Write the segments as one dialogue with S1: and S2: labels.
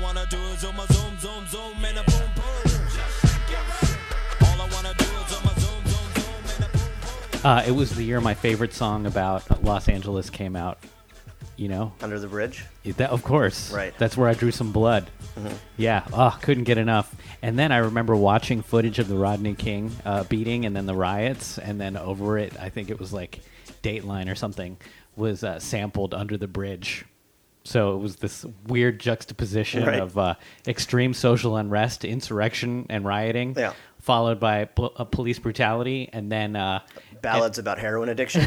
S1: wanna do is on my zoom, zoom, zoom, and a boom, boom. All I wanna do is on my zoom, zoom, zoom, and a boom, boom.
S2: Uh, it was the year my favorite song about Los Angeles came out. You know,
S3: Under the bridge.
S2: It- that of course.
S3: Right. Mm-hmm.
S2: That's where I drew some blood. Yeah. Oh, couldn't get enough. And then I remember watching footage of the Rodney King uh, beating, and then the riots, and then over it, I think it was like Dateline or something was uh, sampled under the bridge. So it was this weird juxtaposition
S3: Right.
S2: of uh, extreme social unrest, insurrection, and rioting,
S3: Yeah.
S2: followed by pol- uh, police brutality, and then uh,
S3: Ballads about heroin addiction.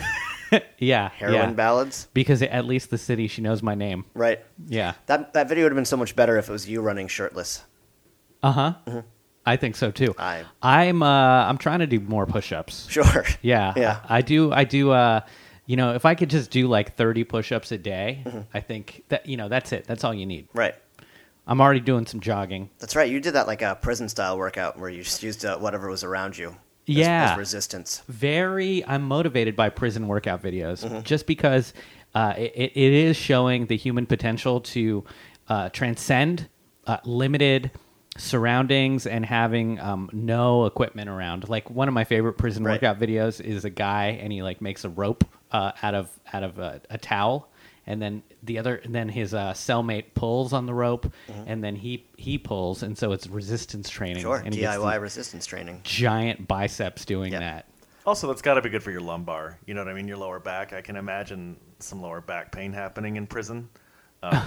S2: yeah,
S3: heroin
S2: yeah.
S3: ballads.
S2: Because at least the city, she knows my name.
S3: Right.
S2: Yeah.
S3: That that video would have been so much better if it was you running shirtless.
S2: Uh huh. I think so too.
S3: I-
S2: I'm uh, I'm trying to do more push-ups.
S3: Sure.
S2: Yeah.
S3: Yeah.
S2: I do. I do. Uh, you know, if I could just do like 30 push-ups a day,
S3: Mm-hmm.
S2: I think that you know that's it. That's all you need.
S3: Right.
S2: I'm already doing some jogging.
S3: That's right. You did that like a prison style workout where you just used uh, whatever was around you. as-
S2: Yeah.
S3: As resistance.
S2: Very. I'm motivated by prison workout videos
S3: Mm-hmm.
S2: just because uh, it, it it is showing the human potential to uh, transcend uh, limited surroundings and having um, no equipment around. Like one of my favorite prison
S3: Right.
S2: workout videos is a guy and he like makes a rope uh, out of out of a, a towel, and then the other and then his uh, cellmate pulls on the rope, and then he he pulls, and so it's resistance training.
S3: Mm-hmm. Sure.
S2: and he gets
S3: DIY
S2: these
S3: resistance training.
S2: giant biceps doing
S3: Yeah.
S2: that.
S4: Also, that's got to be good for your lumbar. You know what I mean? Your lower back. I can imagine some lower back pain happening in prison. Um,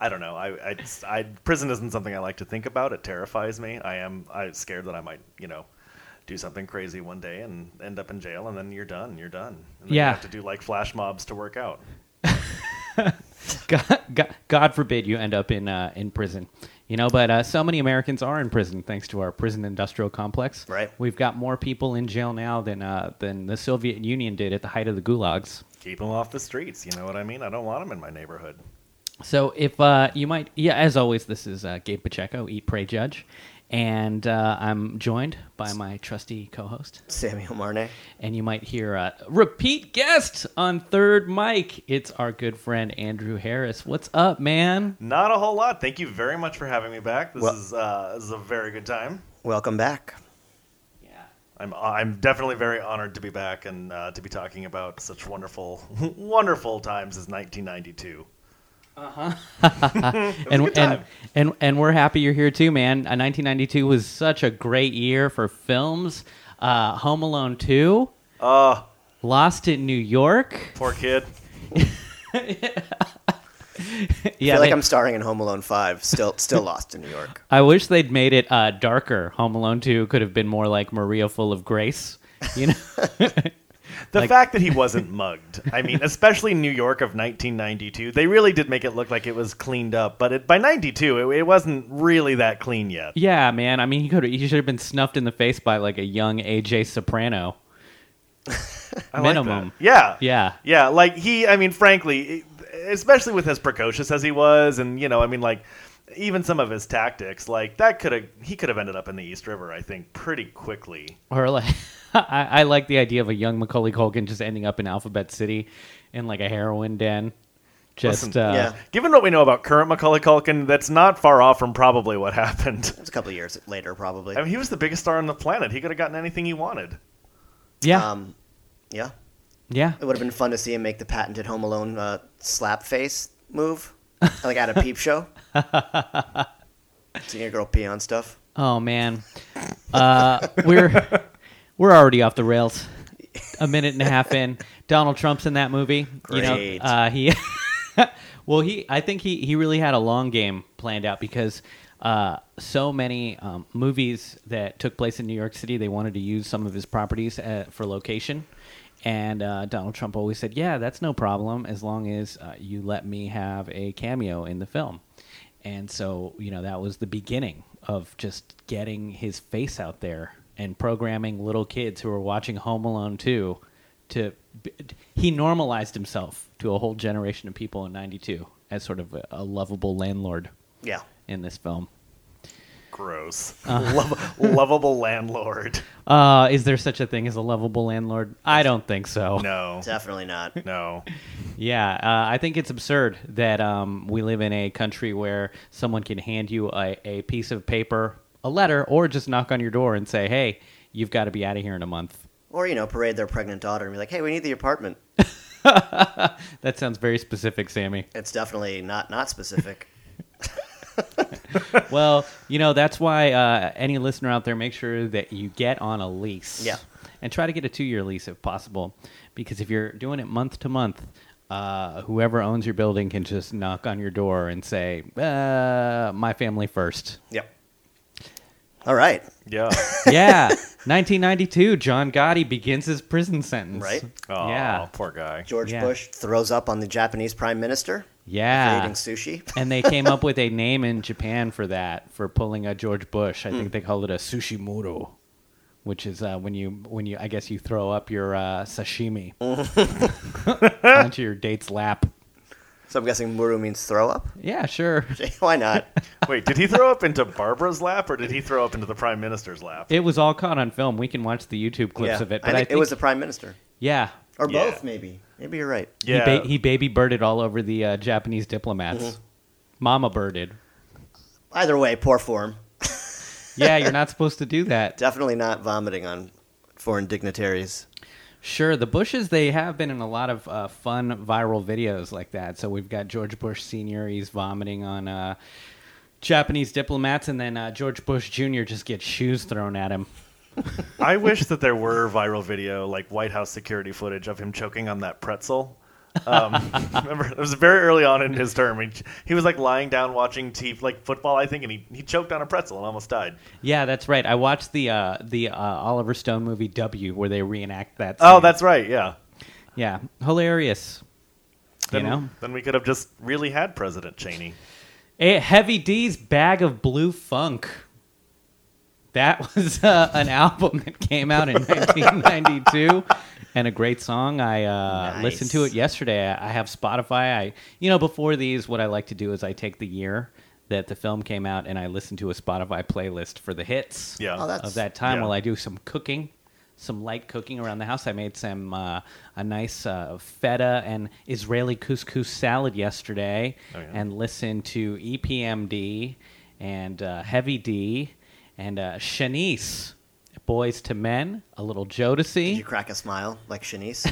S4: I don't know. I, I, I, prison isn't something I like to think about. It terrifies me. I am I scared that I might, you know, do something crazy one day and end up in jail, and then you're done. You're done. And then
S2: Yeah.
S4: You have to do like flash mobs to work out.
S2: God, God, God forbid you end up in uh, in prison, you know. But uh, so many Americans are in prison thanks to our prison industrial complex.
S3: Right.
S2: We've got more people in jail now than uh, than the Soviet Union did at the height of the gulags.
S4: Keep them off the streets. You know what I mean? I don't want them in my neighborhood.
S2: So if uh, you might, yeah, as always, this is uh, Gabe Pacheco, Eat Pray Judge, and uh, I'm joined by my trusty co-host,
S3: Samuel Marne.
S2: and you might hear a repeat guest on third mic. It's our good friend Andrew Harris. What's up, man?
S4: Not a whole lot. Thank you very much for having me back. This
S3: Well-
S4: is uh, this is a very good time.
S3: Welcome back.
S2: Yeah.
S4: I'm I'm definitely very honored to be back and uh, to be talking about such wonderful wonderful times as 1992.
S2: and,
S4: good
S2: and
S4: time.
S2: and and we're happy you're here too, man. Uh, 1992 was such a great year for films. Uh, Home Alone 2,
S4: Oh,
S2: Lost in New York.
S4: poor kid.
S2: Yeah,
S3: I feel like
S2: they-
S3: I'm starring in Home Alone 5, still still lost in New York.
S2: I wish they'd made it uh, darker. Home Alone 2 could have been more like Maria Full of Grace. You know,
S4: The
S2: Like-
S4: fact that he wasn't mugged. I mean, especially New York of 1992. They really did make it look like it was cleaned up, but it, by 92 it, it wasn't really that clean yet.
S2: yeah, man. I mean, he could he should have been snuffed in the face by like a young AJ Soprano.
S4: I like that.
S2: Minimum.
S4: Yeah.
S2: Yeah.
S4: Yeah, like he, I mean, frankly, e, especially with as precocious as he was, and you know, I mean, like even some of his tactics, like that could have he could have ended up in the East River, I think, pretty quickly.
S2: Or like, I, I like the idea of a young Macaulay Culkin just ending up in Alphabet City, in like a heroin den. Just
S4: Listen,
S2: uh,
S3: yeah.
S4: Given what we know about current Macaulay Culkin, that's not far off from probably what happened.
S3: It was a couple of years later, probably.
S4: I mean, he was the biggest star on the planet. He could have gotten anything he wanted.
S2: yeah,
S3: Um, yeah.
S2: yeah.
S3: It would have been fun to see him make the patented Home Alone uh, slap face move, like at a peep show. Seeing a girl pee on stuff.
S2: Oh man, uh, we're we're already off the rails. A minute and a half in, Donald Trump's in that movie. You
S3: Great.
S2: know, uh, he well, he I think he he really had a long game planned out because uh, so many um, movies that took place in New York City, they wanted to use some of his properties uh, for location. And uh, Donald Trump always said, "Yeah, that's no problem as long as uh, you let me have a cameo in the film." And so, you know, that was the beginning of just getting his face out there and programming little kids who were watching Home Alone 2 to he normalized himself to a whole generation of people in 92 as sort of a, a lovable landlord
S3: Yeah.
S2: in this film.
S4: Gross. Lov- lovable landlord.
S2: Uh, is there such a thing as a lovable landlord? I don't think so.
S4: No.
S3: Definitely not.
S4: No.
S2: Yeah, uh, I think it's absurd that um, we live in a country where someone can hand you a, a piece of paper, a letter, or just knock on your door and say, hey, you've got to be out of here in a month.
S3: Or, you know, parade their pregnant daughter and be like, hey, we need the apartment.
S2: That sounds very specific, Sammy.
S3: It's definitely not not specific.
S2: well, you know, that's why uh, any listener out there, make sure that you get on a lease.
S3: Yeah.
S2: And try to get a two year lease if possible. Because if you're doing it month to month, uh, whoever owns your building can just knock on your door and say, uh, my family first.
S3: yep. All right.
S4: Yeah.
S2: Yeah. 1992, John Gotti begins his prison sentence.
S3: Right.
S4: Oh,
S2: Yeah.
S4: poor guy.
S3: George
S2: Yeah. Ah.
S3: Bush throws up on the Japanese prime minister for
S2: Yeah.
S3: eating sushi.
S2: and they came up with a name in Japan for that for pulling a George Bush. I think they called it a sushimuro, which is uh, when you when you I guess you throw up your uh, sashimi onto your date's lap.
S3: So I'm guessing Muru means throw up.
S2: Yeah, sure.
S3: Why not?
S4: Wait, did he throw up into Barbara's lap or did he throw up into the prime minister's lap?
S2: It was all caught on film. We can watch the YouTube clips
S3: Yeah.
S2: of it.
S3: I
S2: But I
S3: think,
S2: think,
S3: it was the prime minister.
S2: yeah.
S3: Or
S4: Yeah.
S3: both, maybe. Maybe you're right.
S4: yeah.
S2: He, ba- he baby birded all over the uh, Japanese diplomats. Mama birded.
S3: Either way, poor form.
S2: Yeah, you're not supposed to do that.
S3: Definitely not vomiting on foreign dignitaries.
S2: Sure, the Bushes they have been in a lot of uh, fun viral videos like that. So we've got George Bush Senior, he's vomiting on uh, Japanese diplomats, and then uh, George Bush Junior just gets shoes thrown at him.
S4: I wish that there were viral video, like White House security footage of him choking on that pretzel. Um, remember, it was very early on in his term. He, he was like lying down watching TV, like football, I think, and he, he choked on a pretzel and almost died.
S2: Yeah, that's right. I watched the uh, the uh, Oliver Stone movie W, where they reenact that.
S4: Oh,
S2: scene.
S4: that's right. Yeah.
S2: yeah, hilarious. You
S4: Then,
S2: know?
S4: then we could have just really had President Cheney.
S2: A Heavy D's Bag of Blue Funk. That was uh, an album that came out in 1992 and a great song. I uh,
S3: Nice.
S2: listened to it yesterday. I I have Spotify. I you know before these what I like to do is I take the year that the film came out and I listen to a Spotify playlist for the hits
S4: Yeah.
S3: Oh, that's-
S2: of that time
S4: yeah.
S2: while I do some cooking, some light cooking around the house. I made some uh, a nice uh, feta and Israeli couscous salad yesterday,
S4: Oh, yeah.
S2: and listened to E EPMD and uh, Heavy D and uh, Shanice, Boys to Men, a little
S3: Did you
S2: Jodeci,
S3: crack a smile like Shanice?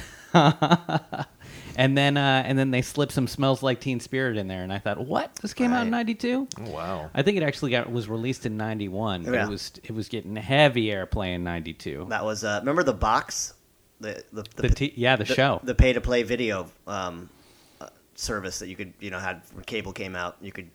S2: and then uh, and then they slipped some "Smells Like Teen Spirit" in there, and I thought, what? This came out in
S3: Right.
S2: '92.
S4: Oh, wow.
S2: I think it actually got was released in '91. but
S3: Yeah.
S2: It was it was getting heavy airplay in '92.
S3: That was uh, remember the box, the the,
S2: The t- yeah, the show.
S3: the pay to play video um, uh, service that you could you know had when cable came out. You could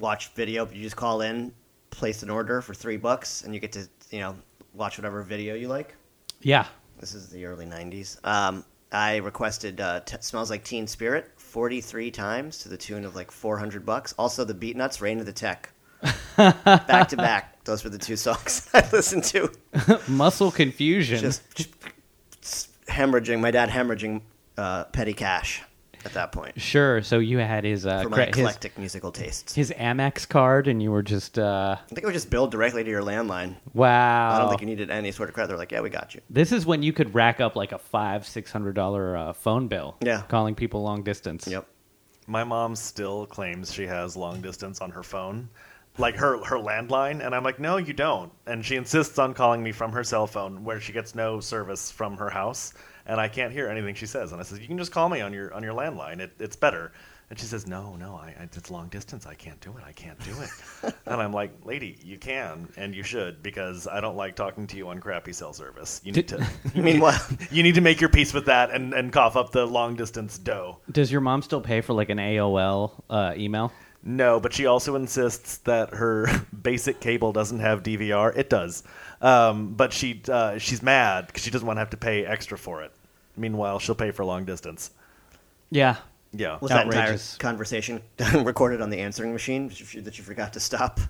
S3: watch video. But you just call in, place an order for three bucks, and you get to you know watch whatever video you like.
S2: Yeah.
S3: This is the early '90s. Um, I requested uh, t- "Smells Like Teen Spirit" 43 times to the tune of like 400 bucks. Also, the Beatnuts, "Reign of the Tech," back to back. Those were the two songs I listened to.
S2: Muscle confusion.
S3: just, just hemorrhaging. My dad hemorrhaging uh, petty cash at that point
S2: sure. So you had his uh,
S3: for my
S2: cre- his,
S3: eclectic musical tastes.
S2: his Amex card, and you were just uh,
S3: I think it was just billed directly to your landline.
S2: wow.
S3: I don't think you needed any sort of credit. They're like, yeah, we got you.
S2: this is when you could rack up like a five, six hundred dollar uh, phone bill.
S3: Yeah.
S2: calling people long distance.
S3: Yep.
S4: My mom still claims she has long distance on her phone, like her her landline, and I'm like, "No, you don't." And she insists on calling me from her cell phone where she gets no service from her house, and I can't hear anything she says. And I says, "You can just call me on your on your landline. It, it's better." And she says, "No, no, I, I, it's long distance. I can't do it. I can't do it." and I'm like, "Lady, you can and you should because I don't like talking to you on crappy cell service. You need to
S3: Meanwhile,
S4: you need to make your peace with that and and cough up the long distance dough."
S2: Does your mom still pay for like an AOL uh, email?
S4: No, but she also insists that her basic cable doesn't have DVR. It does, um, but she uh, she's mad because she doesn't want to have to pay extra for it. Meanwhile, she'll pay for long distance.
S2: Yeah.
S4: Yeah,
S3: was that entire
S2: Outrageous.
S3: conversation recorded on the answering machine that you- that you forgot to stop?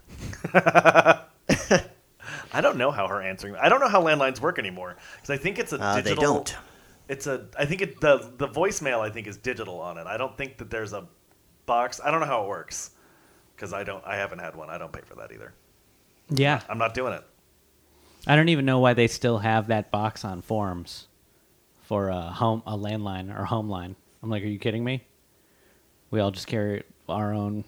S4: I don't know how her answering. I don't know how landlines work anymore because I think it's a
S3: Uh, they
S4: digital.
S3: don't.
S4: It's a. I think it the the voicemail. I think is digital on it. I don't think that there's a box. I don't know how it works because I don't. I haven't had one. I don't pay for that either.
S2: Yeah.
S4: I'm not doing it.
S2: I don't even know why they still have that box on forums for a home a landline or home line. I'm like, are you kidding me? We all just carry our own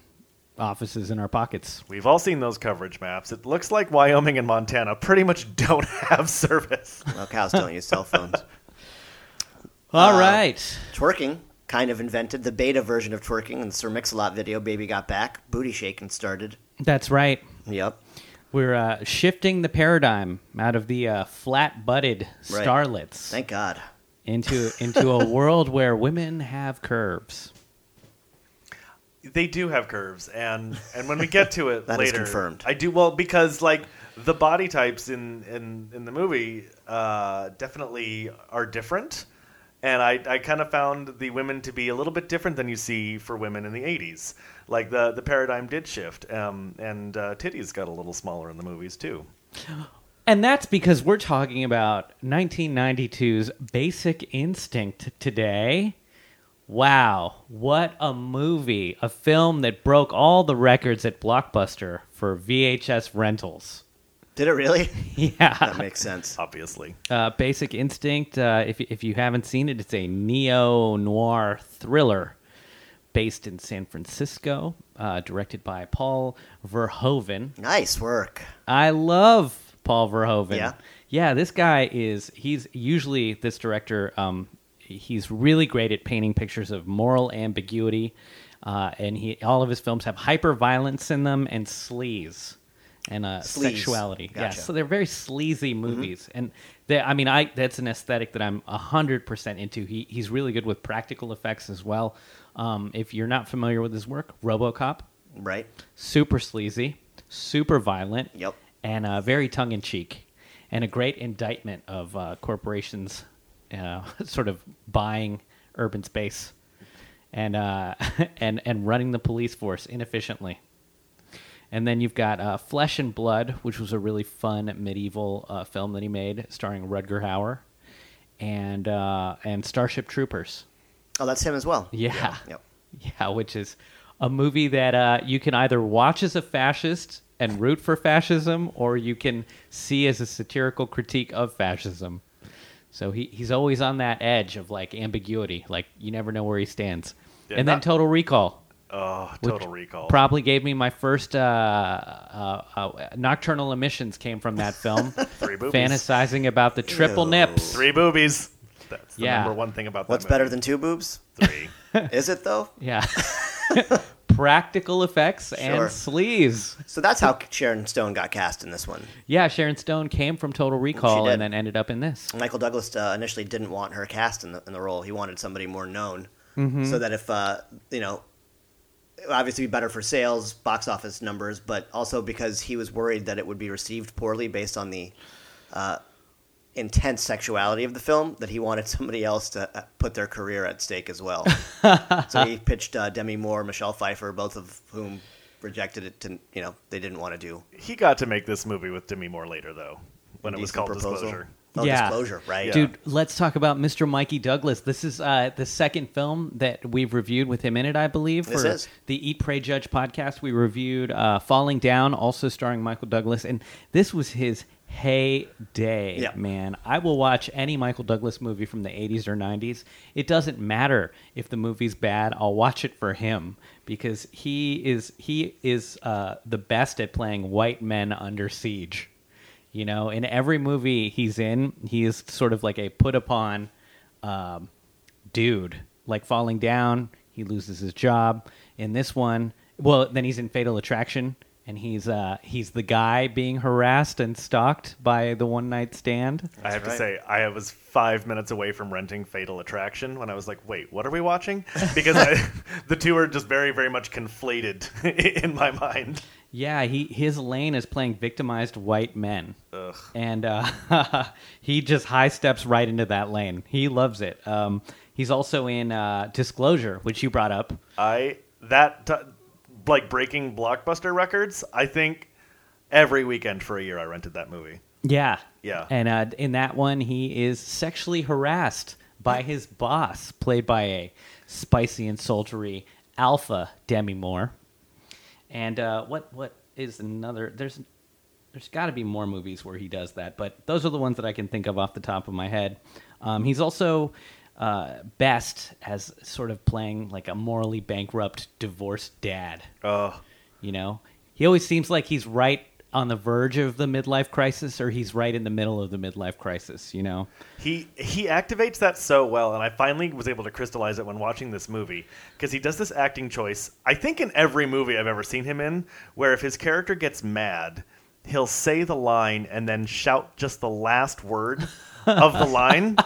S2: offices in our pockets.
S4: We've all seen those coverage maps. It looks like Wyoming and Montana pretty much don't have service.
S3: Well, cows don't use cell phones.
S2: All right.
S3: Uh, Twerking kind of invented the beta version of twerking in the Sir Mix-a-Lot video. Baby got back, booty shaking started.
S2: That's right.
S3: Yep.
S2: We're uh, shifting the paradigm out of the uh, flat-butted
S3: Right.
S2: starlets
S3: Thank God.
S2: into into a world where women have curves.
S4: They do have curves, and and when we get to it
S3: That is
S4: later,
S3: confirmed.
S4: I do well because like the body types in in in the movie uh, definitely are different, and I I kind of found the women to be a little bit different than you see for women in the '80s. Like the the paradigm did shift, um, and uh, titties got a little smaller in the movies too.
S2: And that's because we're talking about 1992's Basic Instinct today. Wow, what a movie. A film that broke all the records at Blockbuster for VHS rentals.
S3: Did it really?
S2: Yeah.
S3: That makes sense.
S4: Obviously,
S2: Uh, Basic Instinct, uh, if, if you haven't seen it, it's a neo noir thriller based in San Francisco, uh, directed by Paul Verhoeven.
S3: Nice work.
S2: I love Paul Verhoeven.
S3: Yeah.
S2: Yeah, this guy is he's usually this director um he's really great at painting pictures of moral ambiguity. Uh, and he all of his films have hyper violence in them and sleaze and uh,
S3: Sleaze.
S2: sexuality.
S3: Gotcha. Mm-hmm.
S2: Yeah, so they're very sleazy movies. And they I mean I that's an aesthetic that I'm 100% into. He he's really good with practical effects as well. Um, if you're not familiar with his work, RoboCop,
S3: Right?
S2: super sleazy, super violent,
S3: Yep.
S2: and uh, very tongue in cheek, and a great indictment of uh, corporations uh, sort of buying urban space and uh, and and running the police force inefficiently. And then you've got uh, Flesh and Blood, which was a really fun medieval uh, film that he made, starring Rudger Hauer, and uh, and Starship Troopers.
S3: Oh, that's him as well.
S2: Yeah.
S3: Yep.
S2: Yeah, which is a movie that uh, you can either watch as a fascist and root for fascism, or you can see as a satirical critique of fascism. So he, he's always on that edge of like ambiguity, like you never know where he stands.
S4: Yeah,
S2: and then
S4: not-
S2: Total Recall
S4: oh,
S2: which
S4: Total Recall.
S2: probably gave me my first uh, uh, uh, nocturnal emissions came from that film,
S4: Three boobies.
S2: fantasizing about the triple
S3: Ew.
S2: nips.
S4: Three boobies. That's the
S2: Yeah.
S4: number one thing about that.
S3: What's
S4: movie.
S3: better than two boobs?
S4: three?
S3: Is it though?
S2: Yeah, practical effects and
S3: Sure.
S2: sleaze.
S3: So that's how Sharon Stone got cast in this one.
S2: Yeah, Sharon Stone came from Total Recall
S3: did.
S2: and then ended up in this.
S3: Michael Douglas uh, initially didn't want her cast in the, in the role. He wanted somebody more known,
S2: Mm-hmm.
S3: so that if uh, you know, it would obviously be better for sales, box office numbers, but also because he was worried that it would be received poorly based on the uh, intense sexuality of the film. That he wanted somebody else to uh, put their career at stake as well. so he pitched uh, Demi Moore, Michelle Pfeiffer, both of whom rejected it. To you know, they didn't want to do
S4: He got to make this movie with Demi Moore later, though, when it was
S3: Indecent
S4: called
S3: Proposal.
S4: Disclosure.
S3: Oh,
S2: Yeah.
S3: disclosure, right?
S4: Yeah.
S2: Dude, let's talk about Mr. Mikey Douglas. This is uh, the second film that we've reviewed with him in it, I believe.
S3: This
S2: for
S3: is.
S2: the Eat, Pray, Judge podcast. We reviewed uh, Falling Down, also starring Michael Douglas. And this was his heyday,
S3: Yeah.
S2: man. I will watch any Michael Douglas movie from the 80s or 90s. It doesn't matter if the movie's bad. I'll watch it for him because he is he is uh, the best at playing white men under siege. You know, in every movie he's in, he is sort of like a put upon um, dude. Like falling down, he loses his job. In this one, well, then he's in Fatal Attraction, and he's uh, he's the guy being harassed and stalked by the one night stand.
S4: I have to
S3: right.
S4: say, I was five minutes away from renting Fatal Attraction when I was like, wait, what are we watching? Because I, the two are just very, very much conflated in my mind.
S2: Yeah, he his lane is playing victimized white men,
S4: Ugh.
S2: and uh, he just high steps right into that lane. He loves it. Um, he's also in uh, Disclosure, which you brought up.
S4: I, that, t- like breaking blockbuster records, I think every weekend for a year I rented that movie.
S2: Yeah.
S4: Yeah.
S2: And uh, in that one, he is sexually harassed by his boss, played by a spicy and sultry alpha Demi Moore. And uh, what what is another? There's there's got to be more movies where he does that, but those are the ones that I can think of off the top of my head. Um, he's also uh, best as sort of playing like a morally bankrupt divorced dad.
S4: Oh,
S2: You know, he always seems like he's right on the verge of the midlife crisis, or he's right in the middle of the midlife crisis. You know,
S4: He he activates that so well, and I finally was able to crystallize it when watching this movie because he does this acting choice. I think in every movie I've ever seen him in, where if his character gets mad, he'll say the line and then shout just the last word of the line,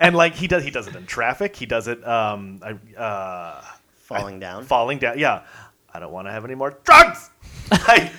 S4: and like he does he does it in traffic. He does it um I, uh,
S3: Falling down.
S4: falling down. Yeah, I don't want to have any more drugs. Like,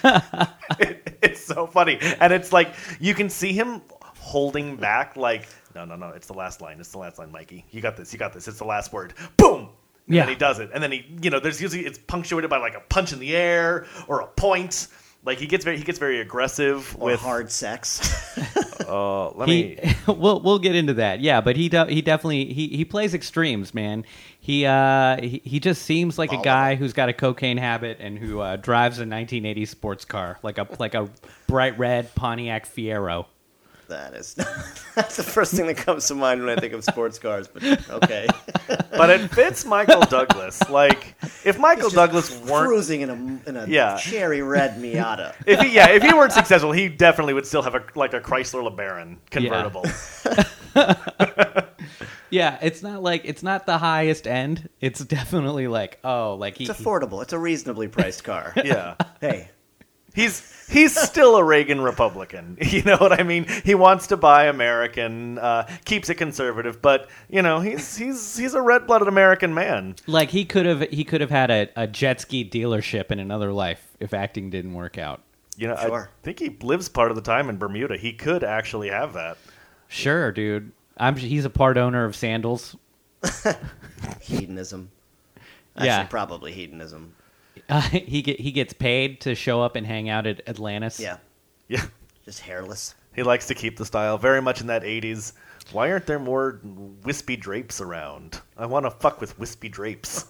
S4: it- it's so funny, and it's like you can see him holding back. Like, no, no, no. It's the last line. It's the last line, Mikey. You got this. You got this. It's the last word. Boom. And
S2: Yeah.
S4: then he does it, and then he, you know, there's usually it's punctuated by like a punch in the air or a point. Like he gets very he gets very aggressive
S3: or
S4: with.
S3: hard sex.
S4: Oh, let
S2: he
S4: me.
S2: we'll we'll get into that. Yeah, but he de- he definitely he, he plays extremes, man. He uh he, he just seems like a
S3: Volatile.
S2: guy who's got a cocaine habit and who uh, drives a 1980s sports car, like a like a bright red Pontiac Fiero.
S3: that is that's the first thing that comes to mind when I think of sports cars. But okay,
S4: But it fits Michael Douglas. Like if Michael
S3: He's just
S4: Douglas weren't
S3: cruising in a in a
S4: Yeah.
S3: cherry red Miata.
S4: if he, yeah, if he weren't successful, he definitely would still have a like a Chrysler LeBaron convertible.
S2: Yeah, it's not like it's not the highest end. It's definitely like oh, like he,
S3: It's affordable. It's a reasonably priced car.
S4: Yeah.
S3: Hey,
S4: He's he's still a Reagan Republican. You know what I mean? He wants to buy American, uh, keeps it conservative, but you know, he's he's he's a red-blooded American man.
S2: like he could have he could have had a, a jet ski dealership in another life if acting didn't work out.
S4: You know,
S3: Sure.
S4: I think he lives part of the time in Bermuda. He could actually have that.
S2: Sure, dude. I'm he's a part owner of Sandals.
S3: hedonism. Actually,
S2: Yeah.
S3: probably hedonism.
S2: Uh, he get, he gets paid to show up and hang out at Atlantis.
S3: Yeah,
S4: Yeah.
S3: just hairless.
S4: He likes to keep the style very much in that 80s. Why aren't there more wispy drapes around? I want to fuck with wispy drapes.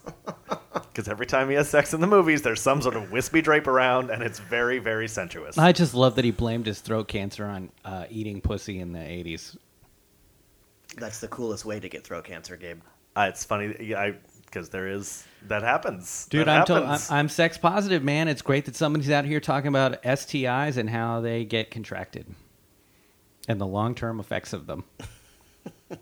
S4: Because every time he has sex in the movies, there's some sort of wispy drape around, and it's very, very sensuous.
S2: I just love that he blamed his throat cancer on uh, eating pussy in the '80s.
S3: That's the coolest way to get throat cancer, Gabe.
S4: Uh, it's funny, because there is that happens.
S2: Dude,
S4: That
S2: I'm, to- I'm
S4: happens.
S2: I'm sex positive, man. It's great that somebody's out here talking about STIs and how they get contracted and the long term effects of them.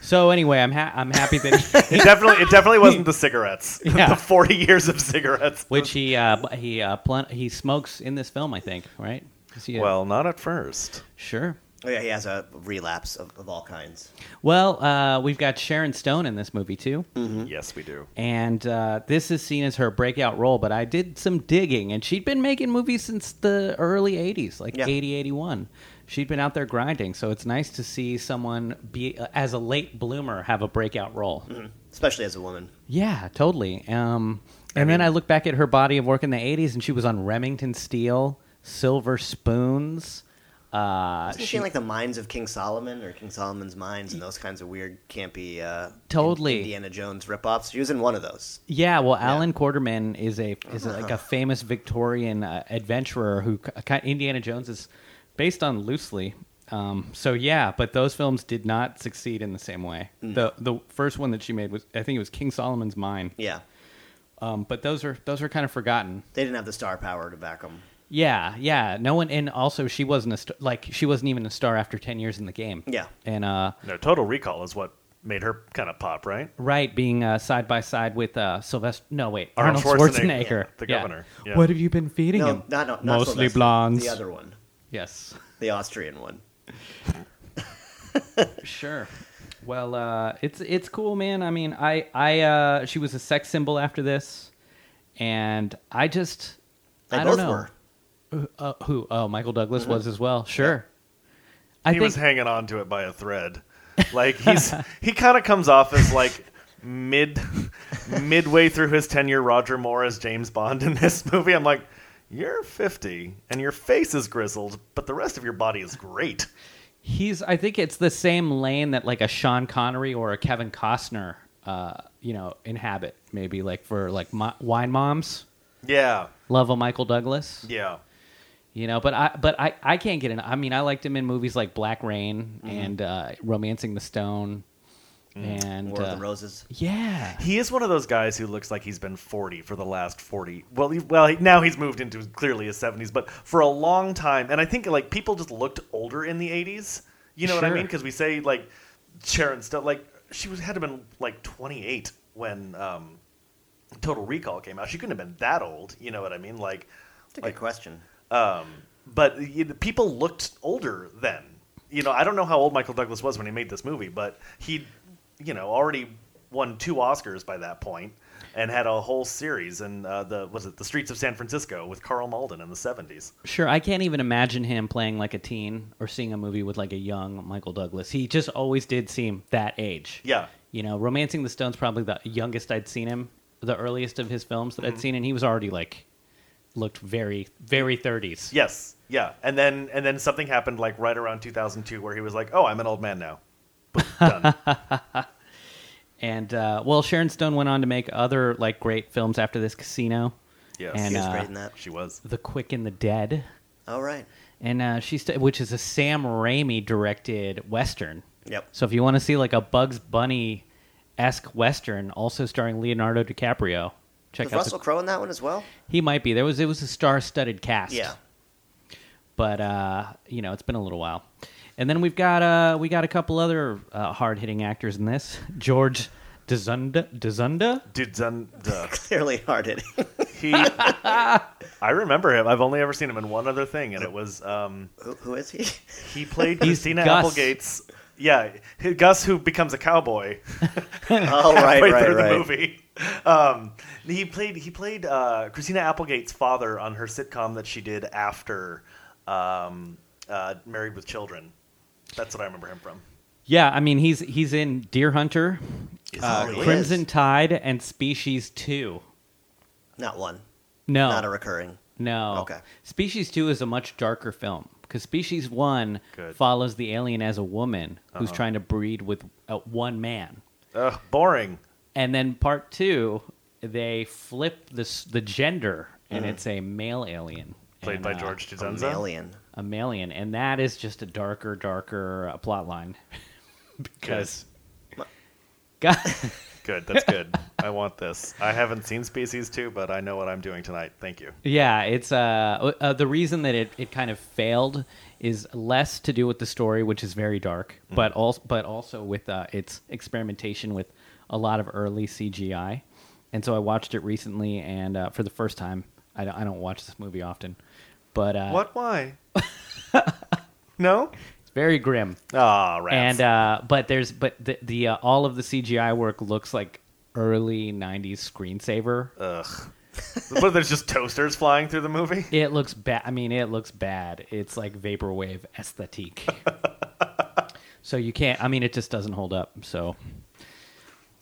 S2: so anyway, I'm ha- I'm happy that
S4: it definitely, it definitely wasn't the cigarettes.
S2: Yeah.
S4: the 40 years of cigarettes.
S2: which he uh, b- he uh, plen- he smokes in this film. I think right. Is he a-
S4: Well, not at first.
S2: sure.
S3: Oh yeah, he has a relapse of, of all kinds.
S2: Well, uh, we've got Sharon Stone in this movie too.
S4: Yes, we do.
S2: and uh, this is seen as her breakout role but i did some digging and she'd been making movies since the early 80s like
S3: Yeah.
S2: eighty 80 81 she'd been out there grinding so it's nice to see someone be uh, as a late bloomer have a breakout role
S3: Especially as a woman.
S2: yeah totally um, and then i look back at her body of work in the 80s and she was on remington steel silver spoons uh,
S3: Isn't she in like the Mines of King Solomon or King Solomon's Mines and those kinds of weird campy uh,
S2: Totally.
S3: Indiana Jones ripoffs? She was in one of those.
S2: Yeah, well, Alan Quarterman is a is a, like a famous Victorian uh, adventurer who ki- ki- Indiana Jones is based on loosely. Um, so yeah, but those films did not succeed in the same way. The the first one that she made was I think it was King Solomon's Mine.
S3: Yeah,
S2: Um, but those are those are kind of forgotten.
S3: they didn't have the star power to back them.
S2: Yeah, yeah. No one and also she wasn't a st- like she wasn't even a star after 10 years in the game.
S3: Yeah.
S2: And uh
S4: No, Total Recall is what made her kind of pop, right?
S2: Right, being uh, side by side with uh, Sylvester. No, wait,
S4: Arnold
S2: Arnold,
S4: Schwarzenegger,
S2: Schwarzenegger,
S4: yeah, the governor, yeah.
S2: What have you been feeding
S3: No,
S2: him?
S3: not, not, not
S2: mostly
S3: Sylvester,
S2: blondes.
S3: The other one,
S2: Yes,
S3: the Austrian one.
S2: sure. Well, uh, it's it's cool, man. I mean, I I uh, she was a sex symbol after this, and I just
S3: They
S2: I
S3: both
S2: don't know
S3: were.
S2: Who- Uh, who. Oh, Michael Douglas
S3: Mm-hmm.
S2: was as well. Sure. I
S4: he
S2: think
S4: was hanging on to it by a thread. Like he's he kind of comes off as like mid midway through his tenure, Roger Moore as James Bond in this movie. I'm like, you're 50 and your face is grizzled, but the rest of your body is great.
S2: he's i think it's the same lane that like a sean connery or a kevin costner uh, you know inhabit maybe like for like mo- wine moms
S4: Yeah,
S2: love a michael douglas
S4: yeah.
S2: You know, but I but I, I can't get in. I mean, I liked him in movies like Black Rain
S3: Mm-hmm.
S2: and uh, Romancing the Stone and
S3: Mm. War
S2: uh,
S3: of the Roses.
S2: Yeah.
S4: He is one of those guys who looks like he's been 40 for the last 40. Well, he, well, he, now he's moved into clearly his 70s, but for a long time, and I think like people just looked older in the 80s. You know what I
S2: Sure.
S4: mean? Because we say like Sharon Stone, like she was had to have been like 28 when um, Total Recall came out. She couldn't have been that old. You know what I mean? Like,
S3: That's a
S4: like
S3: good question.
S4: but you know, people looked older then. You know, I don't know how old Michael Douglas was when he made this movie, but he, you know, already won two Oscars by that point and had a whole series and uh, the was it the Streets of San Francisco with Carl Malden in the seventies.
S2: Sure, I can't even imagine him playing like a teen or seeing a movie with like a young Michael Douglas. He just always did seem that age.
S4: Yeah,
S2: You know, Romancing the Stone's probably the youngest I'd seen him, the earliest of his films that I'd seen, and he was already like looked very, very thirties.
S4: yes, yeah. And then and then something happened like right around two thousand two where he was like, oh, I'm an old man now. Boom, Done.
S2: And uh, well, Sharon Stone went on to make other like great films after this, Casino,
S4: yes,
S2: And,
S3: He was
S2: uh,
S3: great in that.
S4: she was.
S2: The Quick and the Dead,
S3: All right.
S2: and uh, she st- which is a Sam Raimi directed western.
S3: Yep.
S2: So if you want to see like a Bugs Bunny esque western, also starring Leonardo DiCaprio, check
S3: Was
S2: out.
S3: Russell
S2: The-
S3: Crowe in that one as well?
S2: he might be there. Was it was a star studded cast?
S3: Yeah.
S2: But uh, you know, it's been a little while. And then we've got uh, we got a couple other uh, hard hitting actors in this. George Dezunda Dezunda.
S4: Dude, done. duh.
S3: Clearly hard hitting.
S4: He, I remember him. I've only ever seen him in one other thing, and it was um,
S3: who, who is he?
S4: He played Christina
S2: Gus.
S4: Applegate's. Yeah, he- Gus, who becomes a cowboy
S3: Oh, right,
S4: halfway
S3: right,
S4: through the
S3: right.
S4: movie. Um, he played he played uh, Christina Applegate's father on her sitcom that she did after um, uh, Married with Children. That's what I remember him from.
S2: Yeah, I mean he's he's in Deer Hunter,
S4: Is
S3: Uh,
S4: he
S3: He
S4: really?
S2: Crimson Tide, and Species Two.
S3: Not one.
S2: No,
S3: Not a recurring.
S2: No.
S3: Okay.
S2: Species 2 is a much darker film because Species 1
S4: Good.
S2: follows the alien as a woman who's trying to breed with uh, one man.
S4: Ugh, boring.
S2: And then part 2, they flip this, the gender and it's a male alien.
S4: Mm-hmm. Played
S2: and,
S4: by
S2: uh,
S4: George
S3: A
S4: Costanza.
S3: Alien.
S2: A alien, And that is just a darker, darker uh, plot line because. God,
S4: Good. That's good. I want this. I haven't seen Species 2, but I know what I'm doing tonight. Thank you.
S2: Yeah, it's uh, uh the reason that it, it kind of failed is less to do with the story, which is very dark,
S4: Mm-hmm.
S2: but also but also with uh, its experimentation with a lot of early CGI. And so I watched it recently, and uh, for the first time, I don't, I don't watch this movie often, but uh,
S4: What? Why? no?
S2: it's very grim.
S4: Ah, rats.
S2: And uh, but there's but the, the uh, all of the CGI work looks like early '90s screensaver.
S4: Ugh. but there's just toasters flying through the movie.
S2: It looks bad. I mean, it looks bad. It's like vaporwave aesthetic. so you can't. I mean, it just doesn't hold up. So,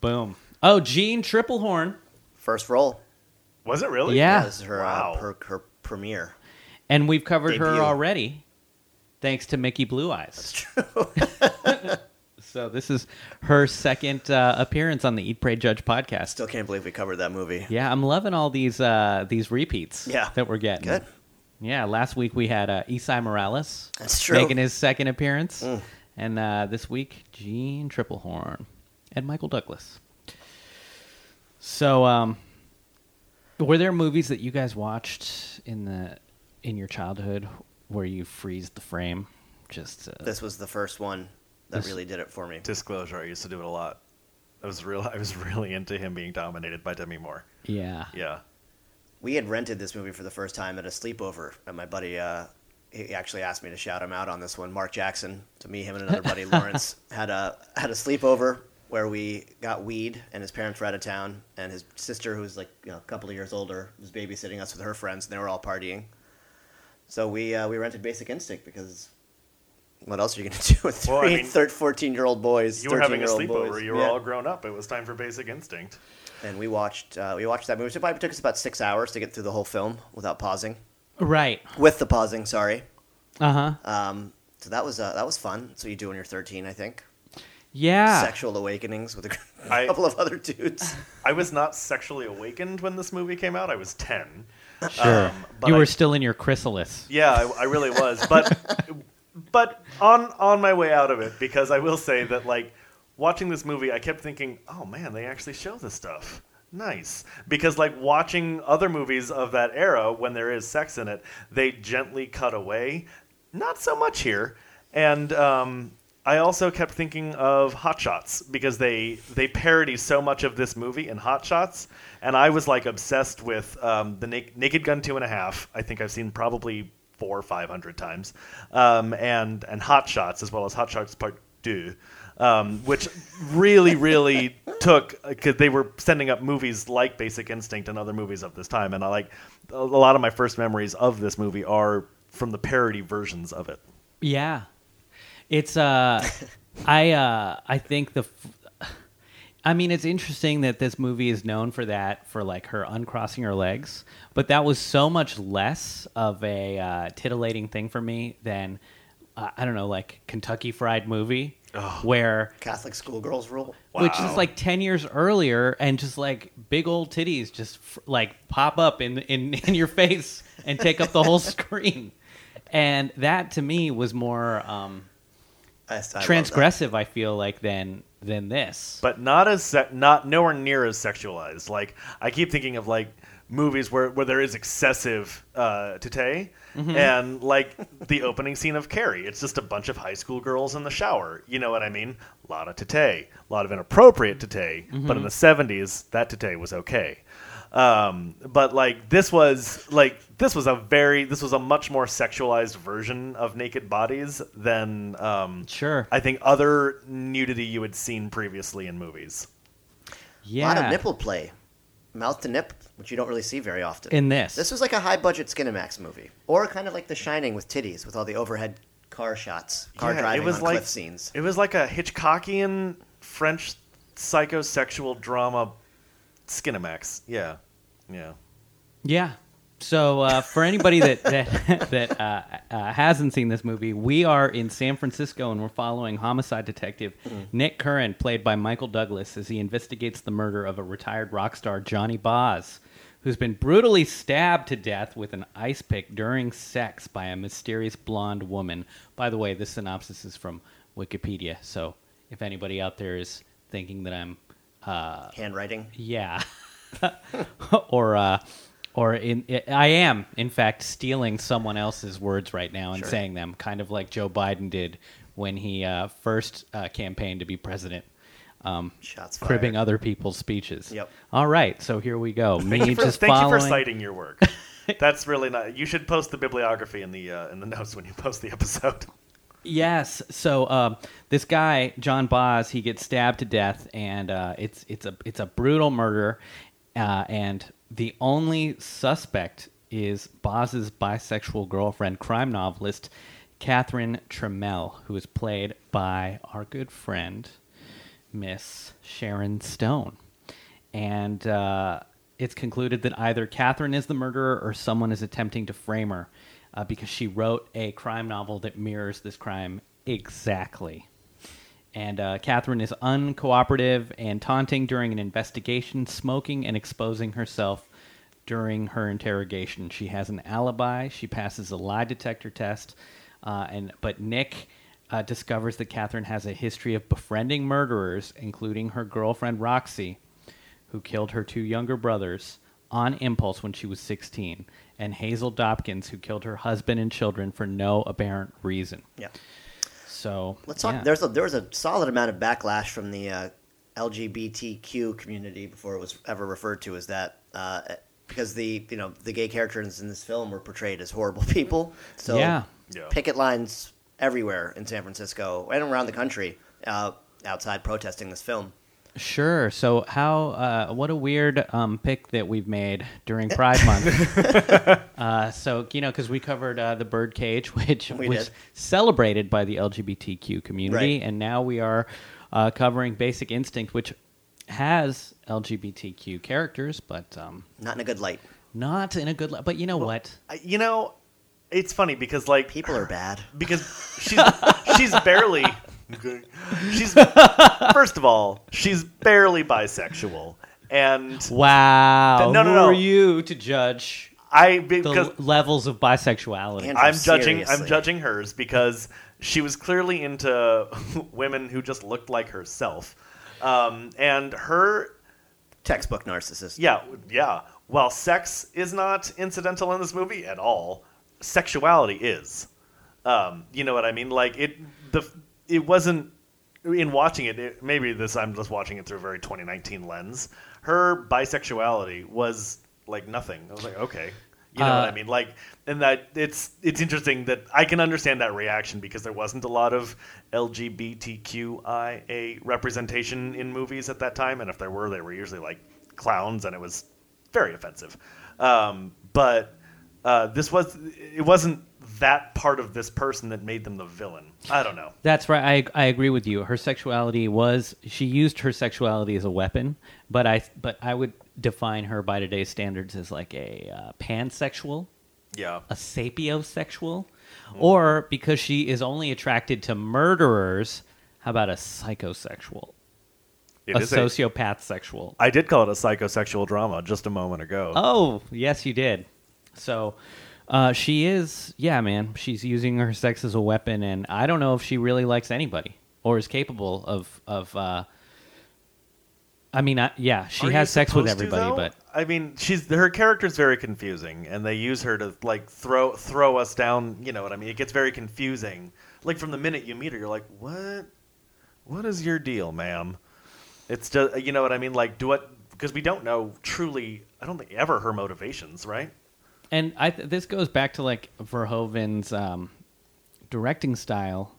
S2: boom. Oh, Gene Triplehorn,
S3: First role.
S4: Was it really?
S2: Yeah.
S3: That was her,
S4: Wow.
S3: uh, her, her premiere.
S2: and we've covered her
S3: Debut.
S2: already, thanks to Mickey Blue Eyes. so this is her second uh, appearance on the Eat Pray Judge podcast.
S3: Still can't believe we covered that movie.
S2: yeah, I'm loving all these uh, these repeats.
S3: Yeah.
S2: that we're getting.
S3: Good.
S2: Yeah, last week we had uh, Isai Morales.
S3: That's true. Mm.
S2: Making his second appearance. And uh, this week, Gene Triplehorn and Michael Douglas. So, um, were there movies that you guys watched in the in your childhood where you freeze the frame? Just uh,
S3: This was the first one that
S2: This-
S3: really did it for me.
S4: Disclosure. I used to do it a lot. I was real. I was really into him being dominated by Demi Moore.
S2: yeah,
S4: Yeah.
S3: We had rented this movie for the first time at a sleepover, and my buddy, uh, he actually asked me to shout him out on this one. Mark Jackson, to me, him and another buddy, Lawrence, had a had a sleepover where we got weed, and his parents were out of town, and his sister, who was like you know, a couple of years older, was babysitting us with her friends, and they were all partying. So we uh, we rented Basic Instinct because what else are you going to do with three
S4: Well, I mean,
S3: 14 year old boys?
S4: You were having a
S3: 13-year-old
S4: sleepover.
S3: boys?
S4: You were
S3: Yeah
S4: all grown up. It was time for Basic Instinct.
S3: and we watched uh, we watched that movie. So it probably took us about six hours to get through the whole film without pausing.
S2: right.
S3: With the pausing, sorry.
S2: Uh huh.
S3: Um, so that was uh, that was fun. That's what you do when you're 13, I think.
S2: Yeah.
S3: Sexual awakenings with a
S4: I-
S3: couple of other dudes.
S4: I was not sexually awakened when this movie came out. I was ten.
S2: Sure.
S3: Um,
S4: but
S2: you
S4: I-
S2: were still in your chrysalis.
S4: Yeah, I, I really was, but but on on my way out of it because I will say that like watching this movie, I kept thinking, oh man, they actually show this stuff. Nice, because like watching other movies of that era when there is sex in it, they gently cut away. Not so much here, and um, I also kept thinking of Hot Shots because they they parody so much of this movie in Hot Shots, and I was like obsessed with um, the Nak- Naked Gun two and a half. I think I've seen probably four or five hundred times, um, and and Hot Shots as well as Hot Shots Part Two, um, which really really took because they were sending up movies like Basic Instinct and other movies of this time, and I like a lot of my first memories of this movie are from the parody versions of it.
S2: Yeah, it's uh, I uh, I think the, f- I mean, it's interesting that this movie is known for that for like her uncrossing her legs, but that was so much less of a uh, titillating thing for me than uh, I don't know, like Kentucky Fried Movie, where
S3: Catholic schoolgirls rule.
S2: which is like 10 years earlier and just like big old titties just f- like pop up in, in in your face and take up the whole screen and that to me was more um,
S3: I, I love that.
S2: transgressive i feel like than than this
S4: but not as se- not nowhere near as sexualized. Like I keep thinking of like movies where, where there is excessive uh, tete and like the opening scene of Carrie. It's just a bunch of high school girls in the shower. You know what I mean? A lot of tete, a lot of inappropriate tete. But in the seventies, that tete was okay. Um, but like this was like this was a very this was a much more sexualized version of naked bodies than um,
S2: sure
S4: I think other nudity you had seen previously in movies.
S3: A
S2: yeah
S3: lot of nipple play, mouth to nip, which you don't really see very often.
S2: in this
S3: This was like a high budget Skinemax movie, or kind of like The Shining with titties, with all the overhead car shots, car
S4: Yeah,
S3: driving
S4: it was
S3: on
S4: like,
S3: cliff scenes.
S4: It was like a Hitchcockian French psychosexual drama Skinamax. Yeah. Yeah.
S2: Yeah. So uh, for anybody that that, that uh, uh, hasn't seen this movie, we are in San Francisco and we're following homicide detective Nick Curran, played by Michael Douglas, as he investigates the murder of a retired rock star Johnny Boz, who's been brutally stabbed to death with an ice pick during sex by a mysterious blonde woman. By the way, this synopsis is from Wikipedia, so if anybody out there is thinking that I'm
S3: Handwriting.
S2: yeah. or uh or in I am in fact stealing someone else's words right now and saying them kind of like Joe Biden did when he uh, first uh, campaigned to be president. Um,
S3: Shots fired.
S2: cribbing other people's speeches.
S3: Yep.
S2: All right, so here we go. Me
S4: Thank, you for,
S2: just
S4: thank you
S2: following.
S4: for citing your work. That's really not. You should post the bibliography in the uh, in the notes when you post the episode.
S2: Yes. So um, this guy John Boz, he gets stabbed to death, and uh, it's it's a it's a brutal murder, uh, and the only suspect is Boz's bisexual girlfriend, crime novelist Catherine Trammell, who is played by our good friend Miss Sharon Stone. And uh, it's concluded that either Catherine is the murderer or someone is attempting to frame her uh, because she wrote a crime novel that mirrors this crime exactly. And uh, Catherine is uncooperative and taunting during an investigation, smoking and exposing herself during her interrogation. She has an alibi. She passes a lie detector test, uh, and but Nick uh, discovers that Catherine has a history of befriending murderers, including her girlfriend Roxy, who killed her two younger brothers on impulse when she was 16, and Hazel Dopkins, who killed her husband and children for no apparent reason.
S3: Yeah.
S2: So
S3: Let's talk.
S2: yeah.
S3: There's a, there was a solid amount of backlash from the uh, LGBTQ community before it was ever referred to as that, uh, because the you know the gay characters in this film were portrayed as horrible people. So
S2: Yeah.
S4: Yeah.
S3: picket lines everywhere in San Francisco and around the country uh, outside protesting this film.
S2: Sure. So, how? Uh, what a weird um, pick that we've made during Pride Month. uh, so, you know, because we covered uh, the birdcage, which
S3: We
S2: was
S3: did.
S2: celebrated by the LGBTQ community,
S3: Right.
S2: and now we are uh, covering Basic Instinct, which has LGBTQ characters, but um,
S3: Not in a good light.
S2: not in a good. Li- but you know what?
S4: I- You know, it's funny because like
S3: People are bad.
S4: because she's she's barely she's first of all she's barely bisexual and
S2: Wow.
S4: No, no,
S2: who
S4: no.
S2: are you to judge?
S4: I
S2: the
S4: because
S2: l- oh, levels of bisexuality.
S3: And-
S4: I'm judging.
S3: Seriously.
S4: I'm judging hers because she was clearly into women who just looked like herself, um, and her
S3: Textbook narcissist.
S4: yeah, yeah. While sex is not incidental in this movie at all, sexuality is. Um, you know what I mean? Like it, the it wasn't in watching it, it. Maybe this I'm just watching it through a very 2019 lens. Her bisexuality was like nothing. I was like, okay, you know what
S2: Uh,
S4: I mean? Like, and that it's it's interesting that I can understand that reaction because there wasn't a lot of LGBTQIA representation in movies at that time, and if there were, they were usually like clowns, and it was very offensive. Um, but uh, this was it wasn't that part of this person that made them the villain. I don't know.
S2: That's right. I I agree with you. Her sexuality was she used her sexuality as a weapon, but I but I would define her by today's standards as like a uh, pansexual,
S4: Yeah.
S2: a sapiosexual, or because she is only attracted to murderers. How about a psychosexual,
S4: It
S2: a
S4: is a-
S2: sociopath sexual?
S4: I did call it a psychosexual drama just a moment ago.
S2: Oh, yes, you did. So uh, she is, yeah, man. She's using her sex as a weapon, and I don't know if she really likes anybody or is capable of of. Uh, I mean, I, yeah, she
S4: Are
S2: has
S4: you
S2: sex with
S4: supposed to,
S2: everybody,
S4: though?
S2: but
S4: I mean, she's her character's very confusing, and they use her to like throw throw us down. You know what I mean? It gets very confusing. Like from the minute you meet her, you're like, what? What is your deal, ma'am? It's just you know what I mean. Like, do what? Because we don't know truly. I don't think ever her motivations, right?
S2: and I th- this goes back to like Verhoeven's um, directing style.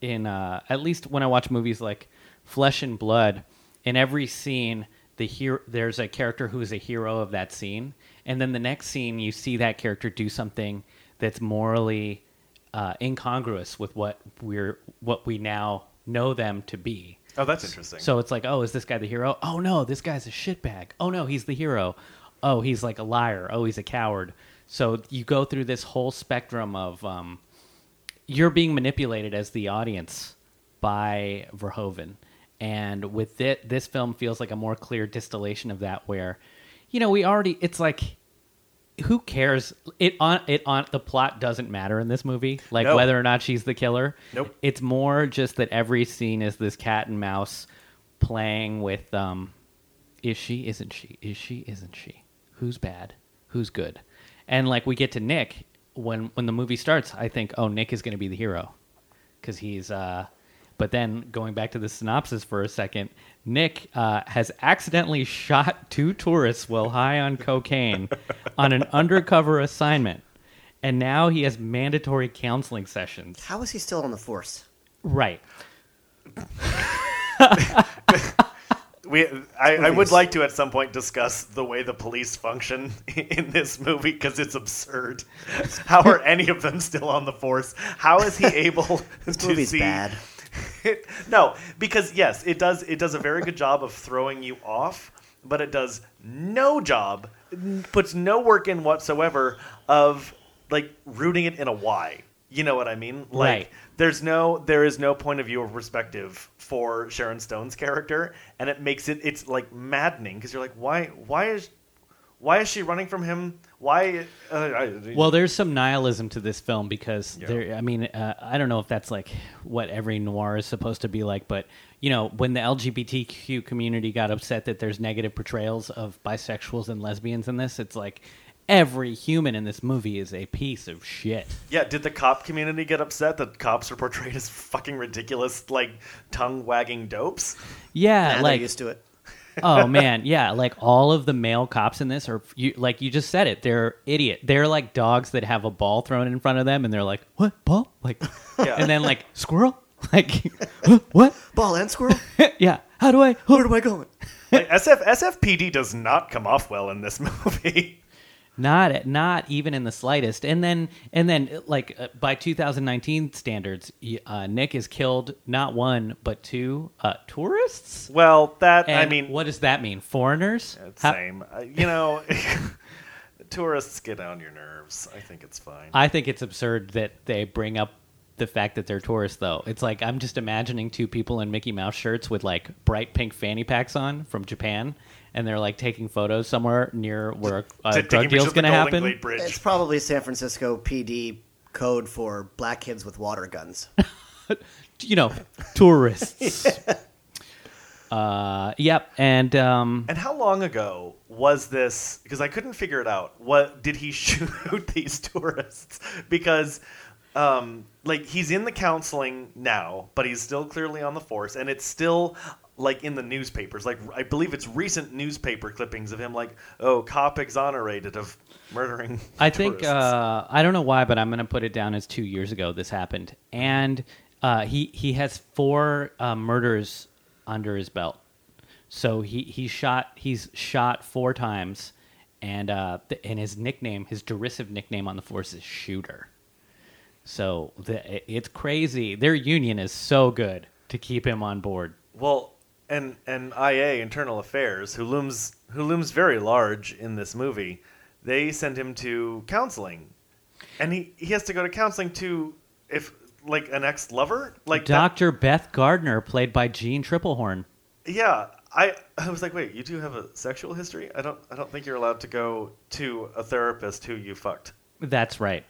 S2: In uh, at least when I watch movies like Flesh and Blood, in every scene the hero there's a character who is a hero of that scene, and then the next scene you see that character do something that's morally uh, incongruous with what we're what we now know them to be.
S4: Oh, that's interesting.
S2: So it's like, oh, is this guy the hero? Oh no, this guy's a shitbag. Oh no, he's the hero. Oh, he's like a liar. Oh, he's a coward. So you go through this whole spectrum of um, you're being manipulated as the audience by Verhoeven, and with it, this film feels like a more clear distillation of that. Where, you know, we already it's like. Who cares? It on it on the plot doesn't matter in this movie. Like
S4: No.
S2: whether or not she's the killer.
S4: Nope.
S2: It's more just that every scene is this cat and mouse playing with um is she, isn't she, is she, isn't she? Who's bad? Who's good? And like we get to Nick when when the movie starts, I think, oh, Nick is going to be the hero because he's. Uh, but then going back to the synopsis for a second, Nick uh, has accidentally shot two tourists while high on cocaine on an undercover assignment, and now he has mandatory counseling sessions.
S3: How is he still on the force?
S2: Right.
S4: we, I, I would
S3: Movies.
S4: like to at some point discuss the way the police function in this movie because it's absurd. How are any of them still on the force? How is he able
S3: This
S4: to
S3: movie's
S4: see?
S3: bad.
S4: no, because yes, it does. It does a very good job of throwing you off, but it does no job, puts no work in whatsoever of like rooting it in a why. You know what I mean? Like
S2: Right.
S4: there's no there is no point of view or perspective for Sharon Stone's character, and it makes it it's like maddening because you're like, why why is why is she running from him? Why? Uh, I-
S2: Well, there's some nihilism to this film because
S4: Yeah.
S2: there. I mean, uh, I don't know if that's like what every noir is supposed to be like, but you know, when the LGBTQ community got upset that there's negative portrayals of bisexuals and lesbians in this, it's like every human in this movie is a piece of shit.
S4: Yeah, did the cop community get upset that cops are portrayed as fucking ridiculous, like tongue wagging dopes?
S2: Yeah,
S3: Nah,
S2: like
S3: they're used to it.
S2: oh man, yeah, like all of the male cops in this are you like you just said it. They're idiot. They're like dogs that have a ball thrown in front of them and they're like, "What? Ball?" Like
S4: Yeah.
S2: and then like, "Squirrel?" Like, "Huh? "What?"
S3: Ball and squirrel.
S2: yeah. How do I?
S3: Where do I go?
S4: Like, SF SFPD does not come off well in this movie.
S2: Not not even in the slightest. And then and then like uh, by 2019 standards, y- uh, Nick is killed not one but two uh, tourists.
S4: Well, that
S2: And
S4: I mean,
S2: what does that mean? Foreigners? How-
S4: same. Uh, you know, tourists get on your nerves. I think it's fine.
S2: I think it's absurd that they bring up the fact that they're tourists, though. It's like I'm just imagining two people in Mickey Mouse shirts with like bright pink fanny packs on from Japan, and they're like taking photos somewhere near where a, a
S4: Taking
S2: Uh, drug
S4: pictures
S2: deal's
S4: of the
S2: going to
S4: Golden
S2: happen.
S4: Gate Bridge.
S3: It's probably San Francisco PD code for black kids with water guns.
S2: Uh, You know, tourists. Uh, yep, and um,
S4: And how long ago was this? Because I couldn't figure it out. What did he shoot these tourists? Because, um, like, he's in the counseling now, but he's still clearly on the force, and it's still like in the newspapers. Like, I believe it's recent newspaper clippings of him, like, oh, cop exonerated of murdering.
S2: I think
S4: tourists."
S2: uh, I don't know why, but I'm going to put it down as two years ago this happened, and uh, he he has four uh, murders under his belt. So he, he shot he's shot four times, and uh, th- and his nickname his derisive nickname on the force is Shooter. So the, it- it's crazy. Their union is so good to keep him on board.
S4: Well, and and IA Internal Affairs, who looms who looms very large in this movie, they send him to counseling, and he he has to go to counseling to if like an ex lover like that-
S2: Doctor Beth Gardner, played by Gene Triplehorn.
S4: yeah. I, I was like, wait, you do have a sexual history? I don't I don't think you're allowed to go to a therapist who you fucked.
S2: That's right.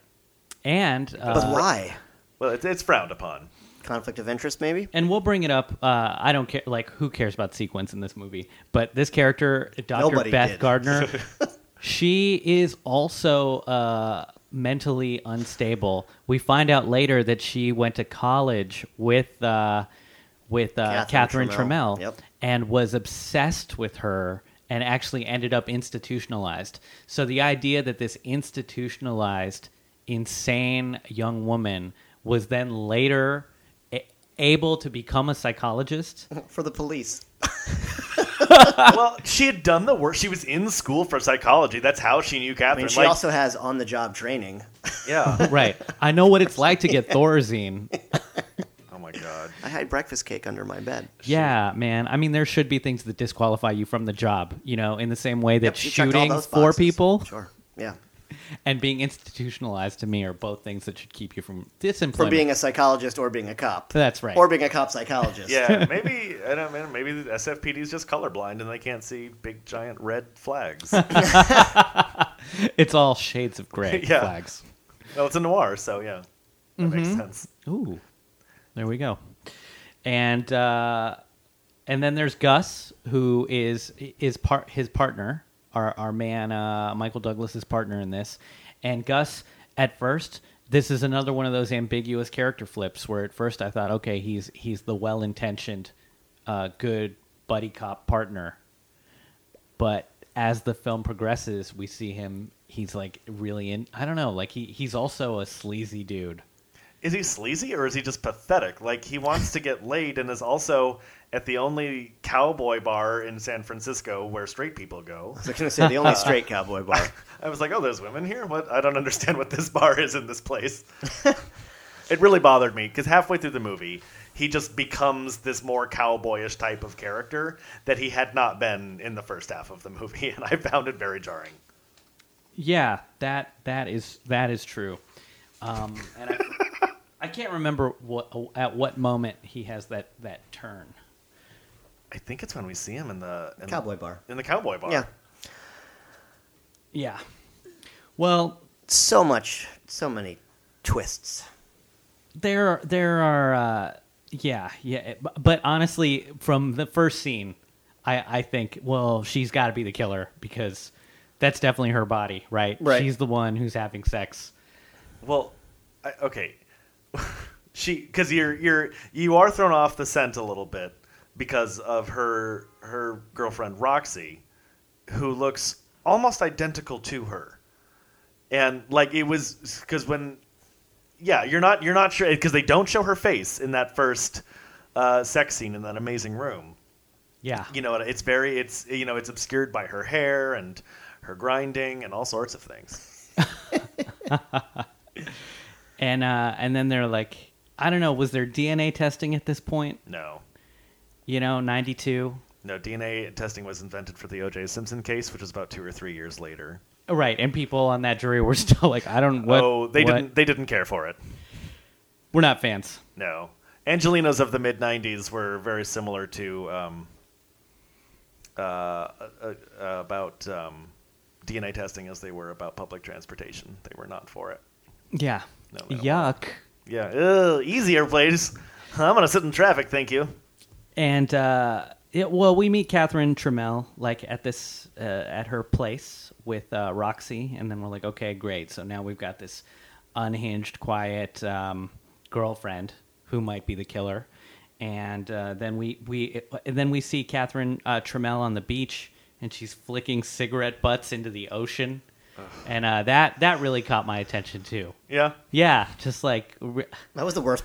S2: And
S3: But
S2: uh,
S3: why?
S4: Well, it's it's frowned upon.
S3: Conflict of interest, maybe?
S2: and we'll bring it up. Uh, I don't care. Like, who cares about sequence in this movie? But this character, Dr.
S3: Nobody
S2: Beth
S3: did.
S2: Gardner, she is also uh, mentally unstable. We find out later that she went to college with uh, with uh,
S3: Catherine
S2: Catherine,
S3: Tremell.
S2: Trammell
S3: Yep.
S2: and was obsessed with her and actually ended up institutionalized. So the idea that this institutionalized, insane young woman was then later a- able to become a psychologist.
S3: For the police.
S4: well, she had done the work. She was in school for psychology. That's how she knew
S3: I
S4: Catherine.
S3: mean, she
S4: like,
S3: also has on the job training.
S4: yeah.
S2: right. I know what it's like to get Thorazine.
S4: oh my god.
S3: I had breakfast cake under my bed.
S2: Yeah, man. I mean, there should be things that disqualify you from the job, you know, in the same way that
S3: She checked all
S2: shooting
S3: those
S2: four
S3: boxes.
S2: people
S3: Sure. Yeah.
S2: and being institutionalized to me are both things that should keep you from disemployment.
S3: For being a psychologist or being a cop.
S2: That's right.
S3: Or being a cop psychologist.
S4: Yeah, maybe I don't know. Maybe the SFPD is just colorblind and they can't see big giant red flags. well,
S2: it's all shades of gray
S4: Yeah.
S2: flags.
S4: it's a noir, so yeah, that makes sense.
S2: Ooh, there we go. And uh, and then there's Gus, who is is part his partner, our our man uh, Michael Douglas's partner in this. And Gus, at first, this is another one of those ambiguous character flips where at first I thought, okay, he's he's the well intentioned, uh, good buddy cop partner, but as the film progresses, we see him. He's like really in. I don't know. Like he he's also a sleazy dude.
S4: Is he sleazy or is he just pathetic? Like he wants to get laid and is also at the only cowboy bar in San Francisco where straight people go.
S3: I was going to say, the only straight cowboy bar.
S4: I was like, oh, there's women here. What? I don't understand what this bar is in this place. it really bothered me because halfway through the movie, he just becomes this more cowboyish type of character that he had not been in the first half of the movie, and I found it very jarring.
S2: Yeah, that that is that is true. Um, and I, I can't remember what at what moment he has that that turn.
S4: I think it's when we see him in the in
S3: Cowboy bar.
S4: in the cowboy bar.
S3: Yeah.
S2: Yeah. Well,
S3: So much, so many twists.
S2: there there are uh, yeah yeah, it- bu- but honestly, from the first scene, I I think well she's got to be the killer because that's definitely her body, right?
S3: Right.
S2: She's the one who's having sex.
S4: Well, I, okay. she because you're you're you are thrown off the scent a little bit because of her her girlfriend Roxy, who looks almost identical to her, and like it was because when yeah you're not you're not sure because they don't show her face in that first uh, sex scene in that amazing room
S2: Yeah.
S4: you know it's very it's you know it's obscured by her hair and her grinding and all sorts of things
S2: And uh, and then they're like, I don't know, was there DNA testing at this point?
S4: no
S2: You know, ninety two.
S4: No, DNA testing was invented for the O.J. Simpson case, which was about two or three years later.
S2: Right, and people on that jury were still like, I don't what.
S4: oh, they
S2: what-
S4: didn't. They didn't care for it.
S2: We're not fans.
S4: No. Angelinos of the mid 90s were very similar to um, uh, uh, uh, about um, DNA testing as they were about public transportation. They were not for it.
S2: Yeah.
S4: No, no.
S2: Yuck.
S4: Yeah. Ugh, easier, please. I'm going to sit in traffic, thank you.
S2: And uh, it, well, we meet Catherine Trammell like at this uh, at her place with uh, Roxy, and then we're like, okay, great. So now we've got this unhinged, quiet um, girlfriend who might be the killer. And uh, then we we and then we see Catherine uh, Trammell on the beach, and she's flicking cigarette butts into the ocean, and uh, that that really caught my attention too.
S4: Yeah.
S2: Yeah, just like re-
S3: That was the worst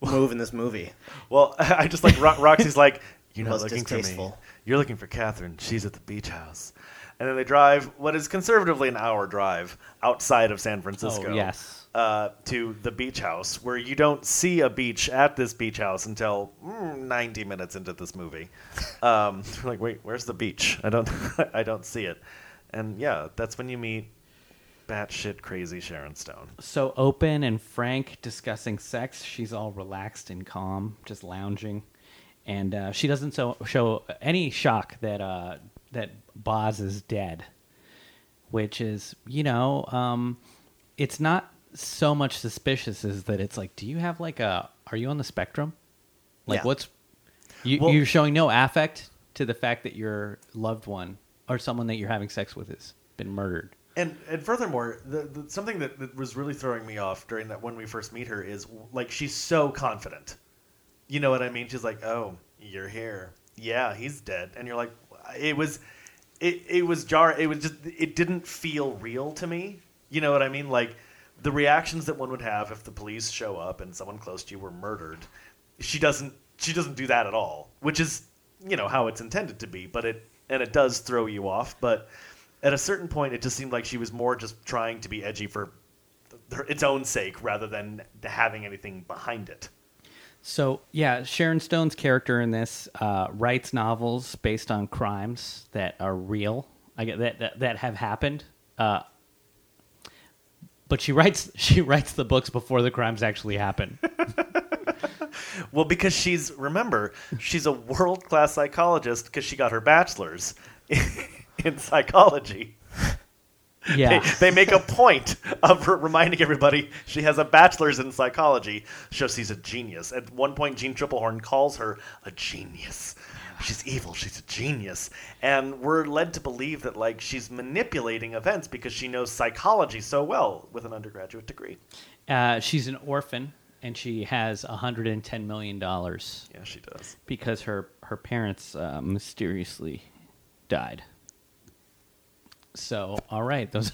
S3: move in this movie.
S4: Well, I just like Ro- Roxy's like, you're not
S3: Most
S4: looking for me.
S3: distasteful.
S4: You're looking for Catherine. She's at the beach house. And then they drive what is conservatively an hour drive outside of San Francisco.
S2: oh,
S3: Oh,
S2: yes.
S4: Uh, to the beach house, where you don't see a beach at this beach house until mm, 90 minutes into this movie. Um, like, wait, where's the beach? I don't, I don't see it. And yeah, that's when you meet batshit crazy Sharon Stone.
S2: so open and frank discussing sex. She's all relaxed and calm, just lounging, and uh, she doesn't so, show any shock that uh, that Boz is dead, which is you know um, it's not so much suspicious as that it's like, do you have like a are you on the spectrum? Like
S3: Yeah.
S2: what's you,
S4: Well-
S2: you're showing no affect to the fact that your loved one or someone that you're having sex with has been murdered.
S4: And and furthermore, the, the, something that, that was really throwing me off during that when we first meet her is like she's so confident. You know what I mean? She's like, "Oh, you're here. Yeah, he's dead." And you're like, "It was, it it was jar. It was just it didn't feel real to me." You know what I mean? Like the reactions that one would have if the police show up and someone close to you were murdered. She doesn't. She doesn't do that at all, which is you know how it's intended to be. But it and it does throw you off, but at a certain point, it just seemed like she was more just trying to be edgy for her, its own sake rather than having anything behind it.
S2: So yeah, Sharon Stone's character in this uh, writes novels based on crimes that are real, I get that that, that have happened. Uh, but she writes she writes the books before the crimes actually happen.
S4: Well, because she's remember she's a world class psychologist because she got her bachelor's in psychology. They,
S2: yeah,
S4: they make a point of her reminding everybody she has a bachelor's in psychology, so she's a genius. At one point, Gene Triplehorn calls her a genius. She's evil. She's a genius, and we're led to believe that like she's manipulating events because she knows psychology so well with an undergraduate degree.
S2: uh, she's an orphan and she has 110 million dollars
S4: Yeah, she does.
S2: because her her parents uh, mysteriously died. So all right, those.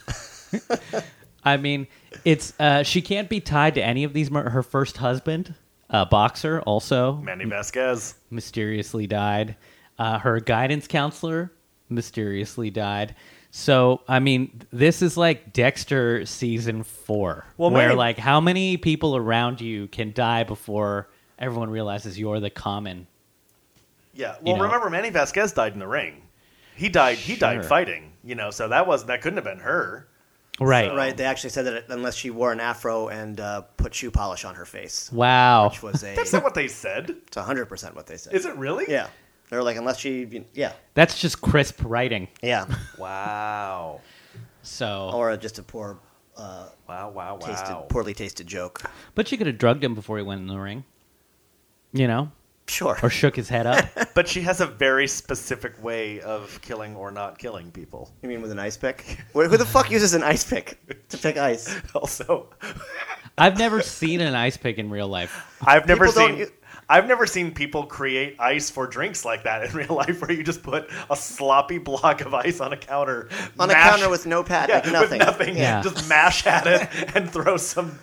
S2: I mean, it's uh, she can't be tied to any of these. Mur- her first husband, a boxer, also
S4: Manny Vasquez.
S2: mysteriously died. Uh, her guidance counselor mysteriously died. So I mean, this is like Dexter season four,
S4: Well,
S2: where
S4: Manny-
S2: like how many people around you can die before everyone realizes you're the common
S4: Yeah. Well,
S2: know.
S4: remember Manny Vasquez died in the ring. He died. He died
S2: Sure.
S4: fighting. You know, so that was that couldn't have been her.
S2: right?
S3: Right? They actually said that it- unless she wore an afro and uh, put shoe polish on her face,
S2: Wow.
S3: which was a
S4: That's not what they said.
S3: it's hundred percent what they said.
S4: Is it really?
S3: Yeah, they're like unless she, yeah,
S2: That's just crisp writing.
S3: yeah,
S4: Wow.
S2: So,
S3: or just a poor, uh,
S4: Wow, wow, wow.
S3: tasted, poorly tasted joke.
S2: but you could have drugged him before he went in the ring, you know,
S3: Sure.
S2: or shook his head up.
S4: But she has a very specific way of killing or not killing people.
S3: You mean with an ice pick? Who who the fuck uses an ice pick to pick ice?
S4: Also,
S2: I've never seen an ice pick in real life.
S4: I've never
S3: People don't
S4: seen
S3: u-
S4: I've never seen people create ice for drinks like that in real life where you just put a sloppy block of ice on a counter.
S3: On a
S4: mash-
S3: counter with no pad,
S4: yeah,
S3: like nothing.
S4: With nothing.
S2: Yeah.
S4: Just mash at it and throw some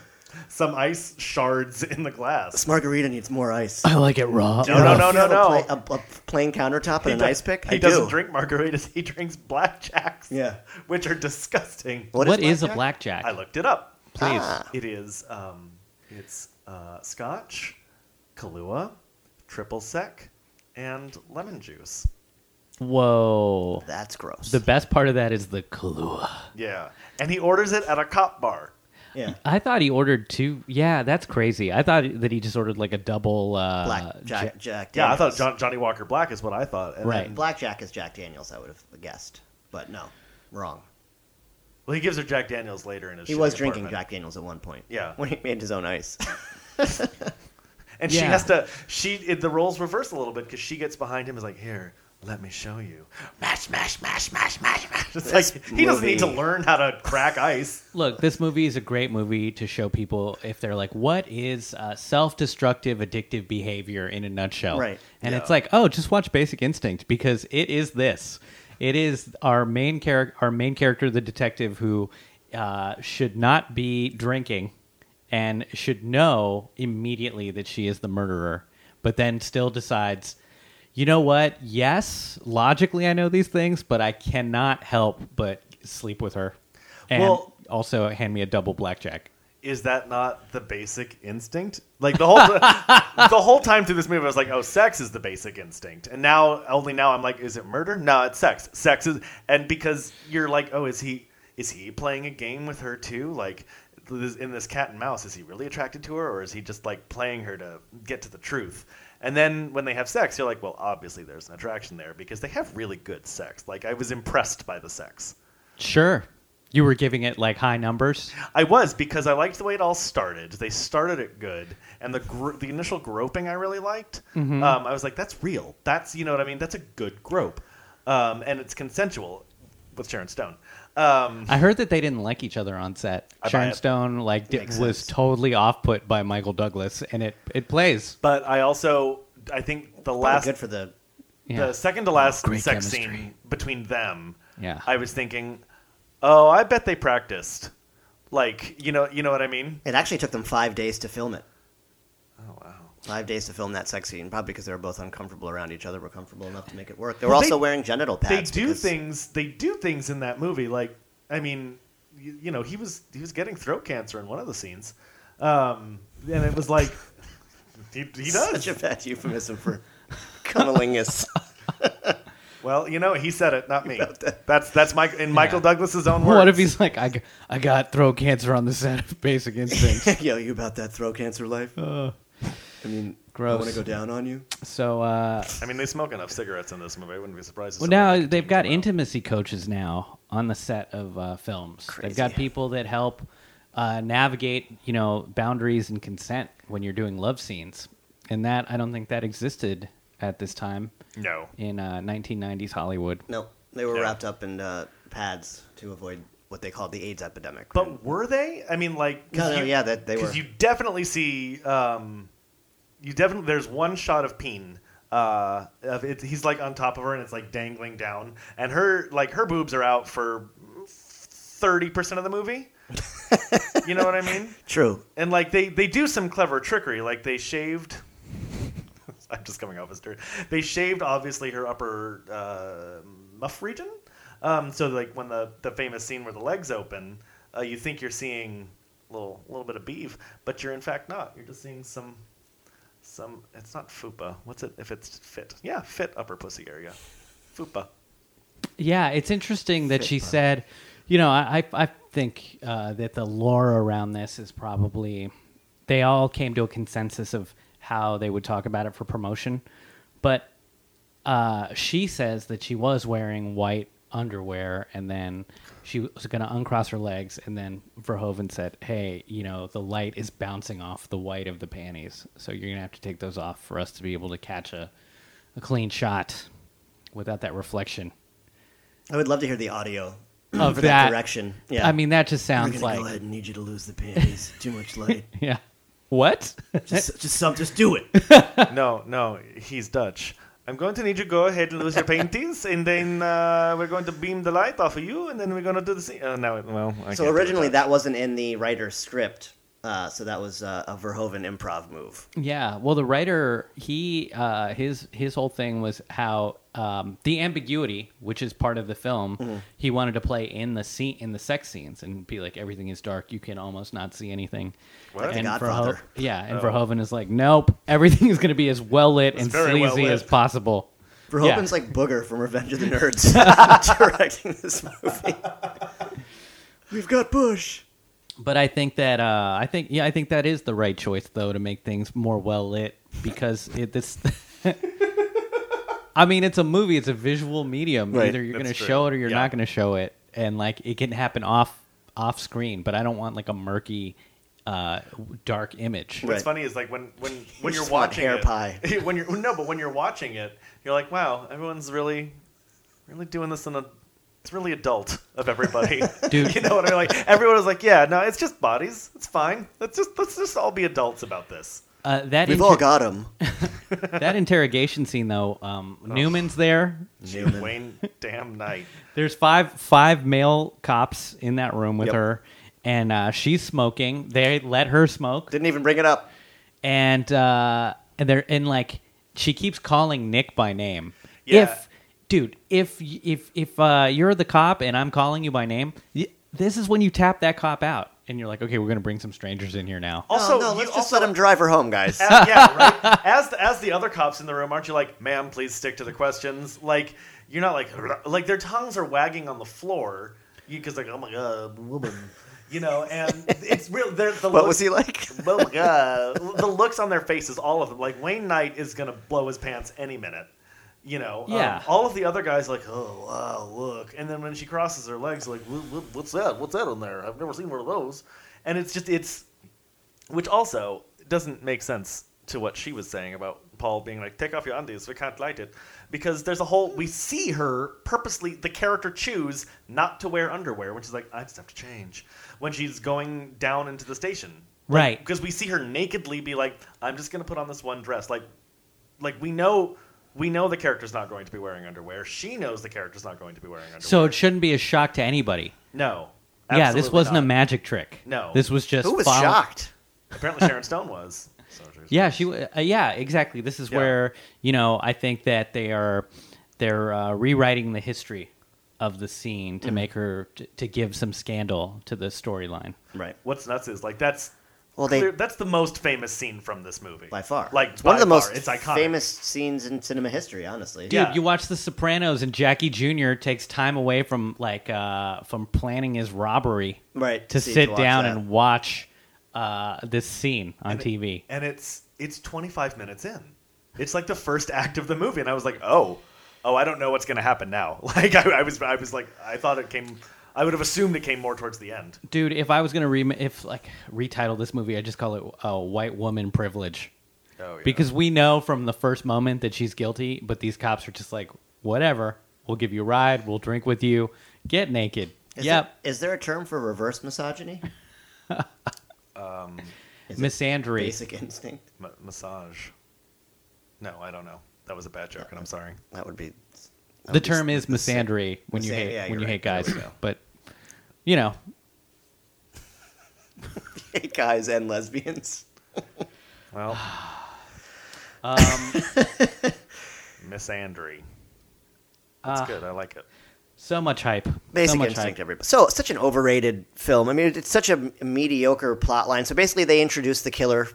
S4: some ice shards in the glass.
S3: This margarita needs more ice.
S2: I like it raw.
S4: No, no, no,
S3: If you
S4: no,
S3: have
S4: no.
S3: A, pla- a- a plain countertop and an
S4: does-
S3: ice pick.
S4: He
S3: I
S4: doesn't
S3: do.
S4: drink margaritas. He drinks blackjacks.
S3: Yeah.
S4: Which are disgusting.
S2: what is, a blackjack?
S4: I looked it up.
S2: Please.
S3: Ah.
S4: It is um, it's uh, Scotch, Kahlua, triple sec, and lemon juice.
S2: Whoa.
S3: That's gross.
S2: The best part of that is the Kahlua.
S4: Yeah, and he orders it at a cop bar.
S3: Yeah.
S2: I thought he ordered two. Yeah, that's crazy. I thought that he just ordered like a double. Uh,
S3: Black
S2: Ja-
S3: Jack, Jack Daniels.
S4: Yeah, I thought John, Johnny Walker Black is what I thought. And
S2: Right.
S4: then-
S3: Blackjack is Jack Daniels. I would have guessed, but no, wrong.
S4: well, he gives her Jack Daniels later in his.
S3: He
S4: shitty
S3: was drinking
S4: apartment.
S3: Jack Daniels at one point.
S4: Yeah.
S3: when he made his own ice.
S4: and she
S2: Yeah.
S4: has to. She it, the roles reverse a little bit because she gets behind him and is like, "Here, let me show you." Mash, mash, mash, mash, mash, mash. It's
S3: This
S4: like he doesn't need to
S3: movie-
S4: learn how to crack ice.
S2: Look, this movie is a great movie to show people if they're like, what is uh, self destructive addictive behavior in a nutshell?
S3: Right.
S2: And
S4: Yeah.
S2: it's like, oh, just watch Basic Instinct because it is this. It is our main character, our main character, the detective who uh, should not be drinking and should know immediately that she is the murderer, but then still decides, you know what? Yes, logically I know these things, but I cannot help but sleep with her. And
S4: Well-
S2: also hand me a double blackjack.
S4: Is that not the basic instinct? Like the whole the whole time through this movie, I was like, "Oh, sex is the basic instinct," and now only now I'm like, "Is it murder? No, it's sex. Sex is." And because you're like, "Oh, is he is he playing a game with her too?" Like this- in this cat and mouse, is he really attracted to her, or is he just like playing her to get to the truth? And then when they have sex, you're like, "Well, obviously there's an attraction there because they have really good sex." Like I was impressed by the sex.
S2: Sure. You were giving it like high numbers.
S4: I was because I liked the way it all started. They started it good, and the gro- the initial groping I really liked.
S2: Mm-hmm.
S4: Um, I was like, that's real. That's you know what I mean. That's a good grope, um, and it's consensual with Sharon Stone. Um,
S2: I heard that they didn't like each other on set.
S4: I buy
S2: Sharon
S4: it.
S2: Stone like di-
S3: Makes
S2: was
S3: sense.
S2: totally off put by Michael Douglas, and it it plays.
S4: but I also I think the
S3: Probably
S4: last
S3: good for the
S2: Yeah.
S4: the second to last
S2: Great
S4: sex
S2: chemistry.
S4: scene between them.
S2: Yeah.
S4: I was thinking, oh, I bet they practiced. Like you know you know what I mean.
S3: It actually took them five days to film it.
S4: Oh wow.
S3: Five days to film that sex scene, probably because they were both uncomfortable around each other, were comfortable enough to make it work. They were
S4: Well,
S3: also
S4: they-
S3: wearing genital pads.
S4: they do
S3: because-
S4: things they do things in that movie like i mean you, you know he was he was getting throat cancer in one of the scenes um, and it was like he, he
S3: Such
S4: does
S3: a bad euphemism for cunnilingus.
S4: well you know he said it not me that's that's my in michael douglas's own words
S2: What if he's like, I, g- I got throat cancer on the set of Basic Instinct?
S3: Yo, you about that throat cancer life?
S4: Uh,
S3: I mean,
S2: gross.
S3: I want to go down on you.
S2: so, uh,
S4: i mean they smoke enough cigarettes in this movie i wouldn't be surprised if
S2: well,
S4: someone
S2: now
S4: did
S2: they've got
S4: well.
S2: intimacy coaches now on the set of uh, films.
S3: Crazy.
S2: They've got people that help uh, navigate, you know, boundaries and consent when you're doing love scenes, and that I don't think that existed at this time
S4: no
S2: in uh, 1990s Hollywood.
S3: No, they were
S4: Yeah.
S3: wrapped up in uh, pads to avoid what they called the AIDS epidemic.
S4: but were they i mean like
S3: no, no,
S4: you-
S3: yeah, that they were.
S4: Because you definitely see, um, you definitely there's one shot of Peen. Uh, of it, he's like on top of her and it's like dangling down, and her like her boobs are out for thirty percent of the movie. you know what I mean?
S3: True.
S4: And like they they do some clever trickery, like they shaved. I'm just coming off as dirt. They shaved obviously her upper uh, muff region, um, so like when the the famous scene where the legs open, uh, you think you're seeing a little little bit of beef, but you're in fact not. You're just seeing some some. It's not fupa. What's it if it's fit? Yeah, fit upper pussy area, fupa.
S2: Yeah, it's interesting that she said, you know, I I, I think uh, that the lore around this is probably they all came to a consensus of how they would talk about it for promotion, but uh, she says that she was wearing white underwear and then she was going to uncross her legs and then Verhoeven said, "Hey, you know, the light is bouncing off the white of the panties, so you're going to have to take those off for us to be able to catch a a clean shot without that reflection."
S3: I would love to hear the audio
S2: of
S3: for that,
S2: that
S3: direction. Yeah,
S2: I mean, that just
S3: we're
S2: sounds
S3: gonna
S2: like
S3: go ahead and need you to lose the panties. Too much light.
S2: yeah. What?
S3: Just, just some, just do it.
S4: no, no, he's Dutch. I'm going to need you to go ahead and lose your paintings, and then uh, we're going to beam the light off of you, and then we're going to do the scene. Uh, no, well, I
S3: So
S4: can't do
S3: originally
S4: it.
S3: that wasn't in the writer's script, uh, so that was uh, a Verhoeven improv move.
S2: yeah. Well, the writer he uh, his his whole thing was how um, the ambiguity, which is part of the film, he wanted to play in the scene in the sex scenes and be like everything is dark. You can almost not see anything.
S4: What? Like
S3: The
S2: And
S3: Godfather.
S2: yeah, and
S4: Oh.
S2: Verhoeven is like, nope, everything is going to be as well lit and
S4: very
S2: sleazy
S4: well lit.
S2: as possible.
S3: Verhoeven's
S2: Yeah.
S3: like Booger from Revenge of the Nerds directing this movie. We've got Bush.
S2: But I think that uh, I think yeah I think that is the right choice though to make things more well lit because it this. I mean, it's a movie. It's a visual medium.
S3: Right,
S2: Either you're going to
S4: that's true.
S2: show it or you're
S4: Yeah.
S2: not going to show it, and like it can happen off off screen. But I don't want like a murky, uh, dark image.
S3: Right.
S4: What's funny is like when when when
S3: just
S4: you're
S3: want
S4: watching
S3: hair
S4: it,
S3: pie.
S4: when you're no, but when you're watching it, you're like, wow, everyone's really, really doing this in a. It's really adult of everybody,
S2: Dude.
S4: you know what I mean? Like everyone was like, "Yeah, no, it's just bodies. It's fine. Let's just let's just all be adults about this."
S2: Uh, that
S3: We've
S2: inter-
S3: all got him.
S2: that interrogation scene though. Um, Newman's there.
S3: Newman.
S4: Wayne, damn night.
S2: There's five five male cops in that room with
S3: Yep.
S2: her, and uh, she's smoking. They let her smoke,
S3: Didn't even bring it up.
S2: and uh, and they're and like she keeps calling Nick by name.
S4: Yeah.
S2: If dude, if y- if if uh, you're the cop and I'm calling you by name, y- this is when you tap that cop out, and you're like, okay, we're gonna bring some strangers in here now.
S4: Also,
S3: oh, no,
S4: you
S3: let's just
S4: also
S3: let him drive her home, guys.
S4: As- yeah, right. As the, as the other cops in the room, aren't you like, ma'am, please stick to the questions? Like, you're not like, like their tongues are wagging on the floor because like, oh my god, woman, you know, and it's real. they're- The
S3: What
S4: look-
S3: was he like?
S4: Oh my god, the looks on their faces, all of them. Like Wayne Knight is gonna blow his pants any minute. You know, Um,
S2: Yeah.
S4: all of the other guys like, oh wow, look, and then when she crosses her legs, like, "Wha- wha- what's that? What's that on there? I've never seen one of those. And it's just it's which also doesn't make sense to what she was saying about Paul being like, take off your undies, we can't light it. Because there's a whole, we see her purposely, the character choose not to wear underwear when she's like, I just have to change. When she's going down into the station. Like,
S2: Right.
S4: Because we see her nakedly be like, I'm just going to put on this one dress. Like, like we know. We know the character's not going to be wearing underwear. She knows the character's not going to be wearing underwear.
S2: So it shouldn't be a shock to anybody.
S4: no,
S2: yeah, this
S4: absolutely
S2: wasn't
S4: not.
S2: a magic trick.
S4: No.
S2: this was just
S3: Who was
S2: follow-
S3: shocked?
S4: Apparently, Sharon Stone was. So there's-
S2: Yeah, she. w- Uh, yeah, exactly. This is
S4: Yeah.
S2: where you know I think that they are they're uh, rewriting the history of the scene
S4: Mm-hmm.
S2: to make her to, to give some scandal to the storyline.
S3: Right.
S4: what's nuts is like that's
S3: Well, they-
S4: clear- that's the most famous scene from this movie
S3: By far.
S4: Like
S3: it's one
S4: by
S3: of the
S4: far.
S3: most
S4: it's iconic.
S3: famous scenes in cinema history, honestly.
S2: Dude,
S4: Yeah.
S2: you watch The Sopranos and Jackie Jr. takes time away from like uh, from planning his robbery
S3: Right.
S2: to
S3: see-
S2: sit
S3: watch
S2: down
S3: that.
S2: and watch uh, this scene on
S4: And it-
S2: TV.
S4: and it's it's 25 minutes in. It's like the first act of the movie, and I was like, oh, oh, I don't know what's gonna happen now. Like I, I was, I was like, I thought it came. I would have assumed it came more towards the end.
S2: Dude, if I was gonna re- if like retitle this movie, I would just call it uh, "White Woman Privilege."
S4: Oh, yeah.
S2: Because we know from the first moment that she's guilty, but these cops are just like, whatever. We'll give you a ride. We'll drink with you. Get naked.
S3: Is
S2: yep.
S3: There, is there a term for reverse misogyny?
S4: Um,
S3: is it
S2: Misandry.
S3: Basic instinct.
S4: M- massage. No, I don't know. That was a bad joke, and I'm sorry.
S3: That would be. that
S2: the
S3: would be
S2: term
S3: s-
S2: is misandry when you
S3: Misan-
S2: hate
S3: yeah,
S2: when
S3: you're
S2: you
S3: right.
S2: hate guys.
S3: There we go.
S2: But you know,
S3: Hate guys and lesbians.
S4: Well,
S2: um,
S4: Miss Andry. That's
S2: Ah.
S4: good. I like it.
S2: so much hype. so
S3: Basic
S2: much
S3: instinct,
S2: hype.
S3: everybody. So such an overrated film. I mean, it- it's such a mediocre plot line. So basically, they introduce the killer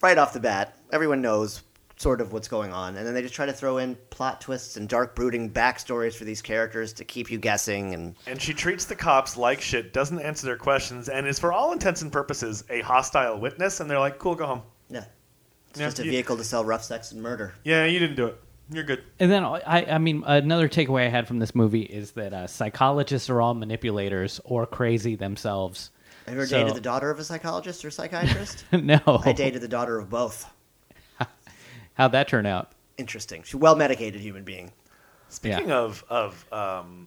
S3: right off the bat. Everyone knows sort of what's going on, and then they just try to throw in plot twists and dark, brooding backstories for these characters to keep you guessing. And
S4: And she treats the cops like shit, doesn't answer their questions, and is for all intents and purposes a hostile witness. And they're like, "Cool, go home."
S3: yeah, it's
S4: Yeah,
S3: just a
S4: you-
S3: vehicle to sell rough sex and murder.
S4: Yeah, you didn't do it. You're good.
S2: And then I, I mean, another takeaway I had from this movie is that uh, psychologists are all manipulators or crazy themselves.
S3: Have you ever
S2: So-
S3: dated the daughter of a psychologist or psychiatrist?
S2: no,
S3: I dated the daughter of both.
S2: How'd that turn out?
S3: Interesting. She's a well medicated human being.
S4: Speaking of of um,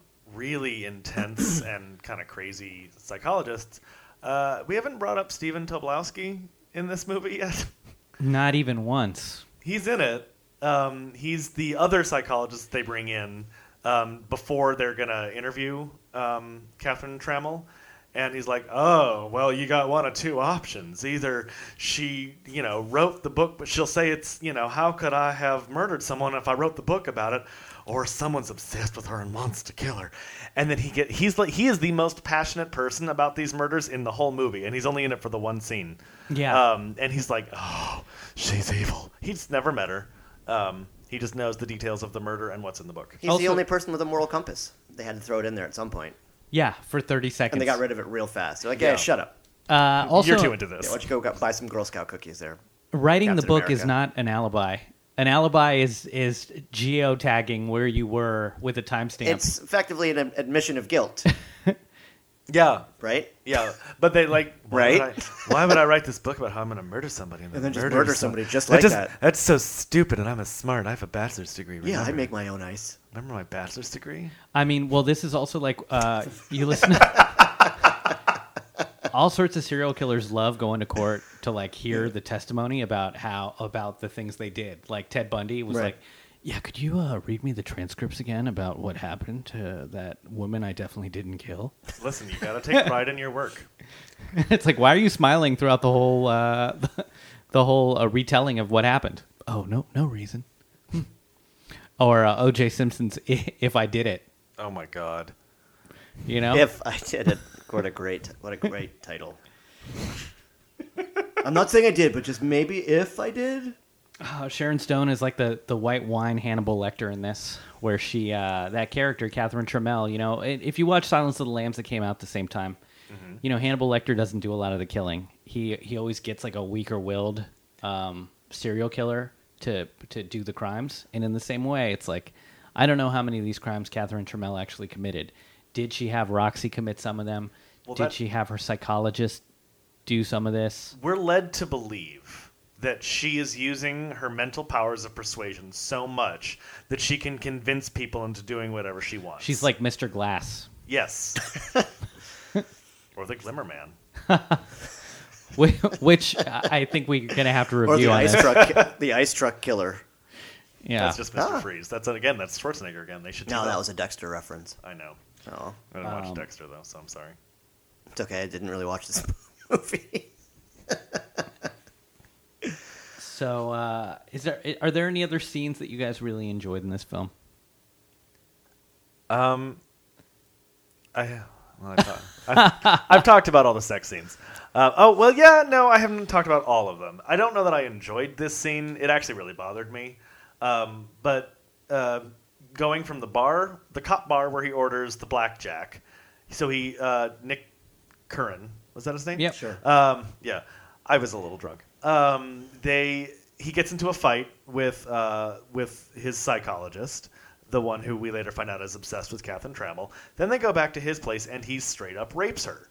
S4: really intense and kind of crazy psychologists, uh, we haven't brought up Stephen Tobolowsky in this movie yet.
S2: Not even once.
S4: He's in it. Um, he's the other psychologist they bring in um, before they're gonna interview um, Catherine Trammell, and he's like, "Oh, well, you got one of two options. Either she, you know, wrote the book, but she'll say it's, you know, how could I have murdered someone if I wrote the book about it, or someone's obsessed with her and wants to kill her." And then he get he's like he is the most passionate person about these murders in the whole movie, and he's only in it for the one scene.
S2: Yeah.
S4: Um, and he's like, oh, she's evil. He's never met her. Um, he just knows the details of the murder and what's in the book.
S3: He's the
S2: Also-
S3: only person with a moral compass. They had to throw it in there at some point,
S2: Yeah, for thirty seconds.
S3: and they got rid of it real fast. They're like, yeah,
S4: Yeah.
S3: shut up.
S2: Uh, also,
S4: You're too into this.
S3: Yeah, why don't you go got- buy some Girl Scout cookies there?
S2: writing the
S3: Captain
S2: book is
S3: America.
S2: not an alibi. An alibi is is geotagging where you were with a timestamp.
S3: It's effectively an ad- admission of guilt,
S4: yeah,
S3: right?
S4: yeah. But they like why
S3: Right?
S4: Would I, why would I write this book about how I'm going to murder somebody and then,
S3: And then just murder somebody just like that.
S4: That's so stupid. And I'm a smart. I have a bachelor's degree. Remember?
S3: Yeah, I make my own ice.
S4: Remember my bachelor's degree?
S2: I mean, well, this is also like uh, you listen. all sorts of serial killers love going to court to like hear the testimony about how about the things they did. Like Ted Bundy was
S3: Right.
S2: like, "Yeah, could you uh, read me the transcripts again about what happened to that woman I definitely didn't kill?"
S4: Listen, you got to take pride in your work.
S2: it's like, why are you smiling throughout the whole uh, the whole uh, retelling of what happened? Oh no, no reason. Hmm. or uh, O.J. Simpson's "I- "If I Did It,"
S4: Oh my god.
S2: you know.
S3: If I did it, what a great, what a great title. I'm not saying I did, but just maybe if I did.
S2: Uh, Sharon Stone is like the, the white wine Hannibal Lecter in this, where she uh, that character Catherine Trammell. You know, i- if you watch Silence of the Lambs that came out at the same time,
S4: Mm-hmm.
S2: you know Hannibal Lecter doesn't do a lot of the killing. He he always gets like a weaker willed um, serial killer to to do the crimes. And in the same way, it's like I don't know how many of these crimes Catherine Trammell actually committed. Did she have Roxy commit some of them?
S4: Well,
S2: Did
S4: that-
S2: she have her psychologist do some of this?
S4: We're led to believe that she is using her mental powers of persuasion so much that she can convince people into doing whatever she wants.
S2: She's like Mr. Glass.
S4: yes. or the Glimmer Man.
S2: Wh- which I I think we're gonna have to
S3: Or
S2: review
S3: the
S2: on
S3: ice
S2: this.
S3: truck, ki- the ice truck killer.
S2: Yeah,
S4: That's just Mr.
S3: Ah.
S4: Freeze. That's again. That's Schwarzenegger again. They should. do
S3: No, that was a Dexter reference.
S4: I know.
S3: Oh,
S4: I didn't watch
S2: Um,
S4: Dexter though, so I'm sorry.
S3: it's okay. I didn't really watch this movie.
S2: so. Uh, is there i- are there any other scenes that you guys really enjoyed in this film?
S4: Um, I well, I thought, I've, I've talked about all the sex scenes. Uh, oh well, yeah, no, I haven't talked about all of them. I don't know that I enjoyed this scene. It actually really bothered me. Um, but uh, going from the bar, the cop bar where he orders the blackjack, so he uh, Nick Curran was that his name?
S2: Yep.
S3: Sure.
S4: Um, yeah, I was a little drunk. Um, they he gets into a fight with uh, with his psychologist, the one who we later find out is obsessed with Catherine Trammell. Then they go back to his place, and he straight up rapes her.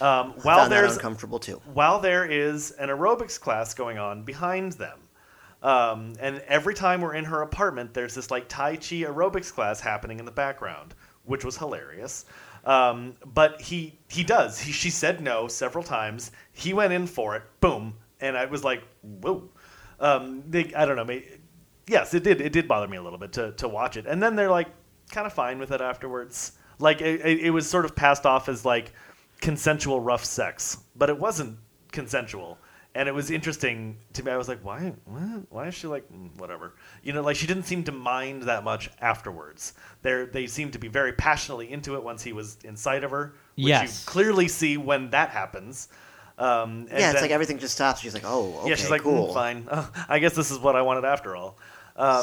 S4: Um, while
S3: Found that
S4: there's
S3: uncomfortable too.
S4: while there is an aerobics class going on behind them. Um, and every time we're in her apartment, there's this like Tai Chi aerobics class happening in the background, which was hilarious. Um, but he he does. He, she said no several times. He went in for it. Boom. And I was like, whoa. Um, they, I don't know. May yes, it did. It did bother me a little bit to, to watch it. And then they're like kind of fine with it afterwards. Like it, it, it was sort of passed off as like consensual rough sex, but it wasn't consensual. And it was interesting to me. I was like, why? What? Why is she like mm, whatever? You know, like she didn't seem to mind that much afterwards. They they seemed to be very passionately into it once he was inside of her, which
S2: Yes.
S4: you clearly see when that happens. Um, and
S3: yeah, it's
S4: then-
S3: like everything just stops. She's like, oh, okay,
S4: yeah, she's like, "Mm,
S3: cool.
S4: fine. Oh, I guess this is what I wanted after all. Um,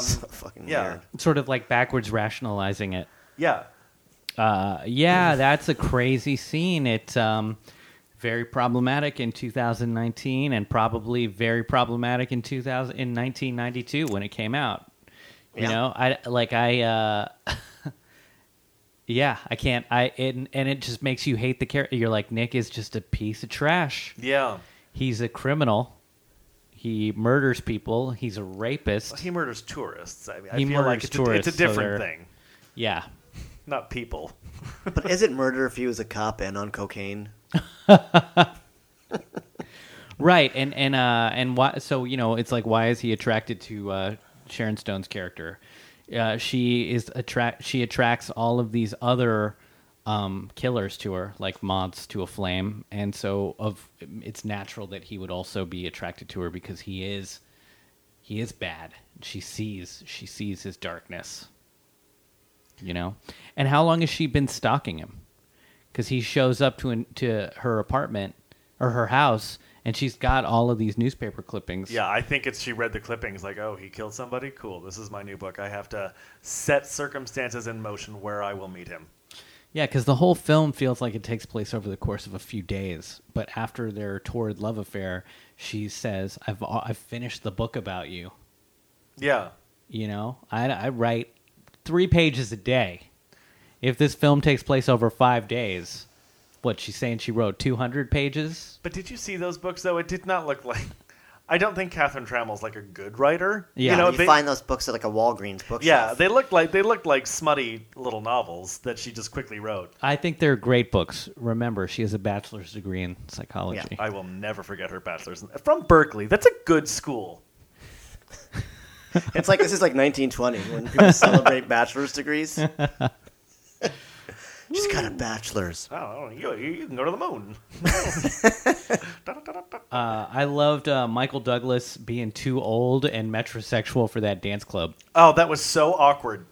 S3: So fucking
S4: yeah.
S3: weird.
S2: Sort of like backwards rationalizing it.
S4: yeah.
S2: Uh, yeah, that's a crazy scene. It's um, very problematic in 2019, and probably very problematic in 2000 in 1992 when it came out. You
S3: Yeah.
S2: know, I like I. Uh, yeah, I can't. I it, and it just makes you hate the character. You're like Nick is just a piece of trash.
S4: Yeah.
S2: He's a criminal. He murders people. He's a rapist.
S4: He murders tourists. I, mean, I
S2: He
S4: feel like
S2: murders
S4: it's,
S2: tourists,
S4: a, it's a
S2: so they're-
S4: different thing,
S2: Yeah.
S4: not people.
S3: But is it murder if he was a cop and on cocaine?
S2: Right, and and uh, and why? So you know, it's like why is he attracted to uh, Sharon Stone's character? Uh, she is attract. She attracts all of these other um, killers to her, like moths to a flame, and so of it's natural that he would also be attracted to her because he is he is bad. She sees she sees his darkness. You know, and how long has she been stalking him? because he shows up to an, to her apartment or her house, and she's got all of these newspaper clippings.
S4: Yeah, I think it's she read the clippings like, oh, he killed somebody. Cool. This is my new book. I have to set circumstances in motion where I will meet him.
S2: Yeah, because the whole film feels like it takes place over the course of a few days. But after their torrid love affair, she says, "I've I've finished the book about you."
S4: Yeah.
S2: You know, I, I write three pages a day. If this film takes place over five days, what she's saying, she wrote two hundred pages.
S4: But did you see those books though? It did not look like. I don't think Catherine Trammell's like a good writer.
S2: Yeah.
S4: you know,
S3: you
S4: they,
S3: find those books at like a Walgreens bookshop.
S4: yeah, they looked like they looked like smutty little novels that she just quickly wrote.
S2: I think they're great books. Remember, she has a bachelor's degree in psychology.
S4: I will never forget her bachelor's from Berkeley. That's a good school.
S3: It's like this is like 1920 when people celebrate bachelor's degrees. She's got a bachelor's.
S4: Oh, you, you you can go to the moon. Da-da-da-da-da.
S2: Uh, I loved uh, Michael Douglas being too old and metrosexual for that dance club.
S4: oh, that was so awkward.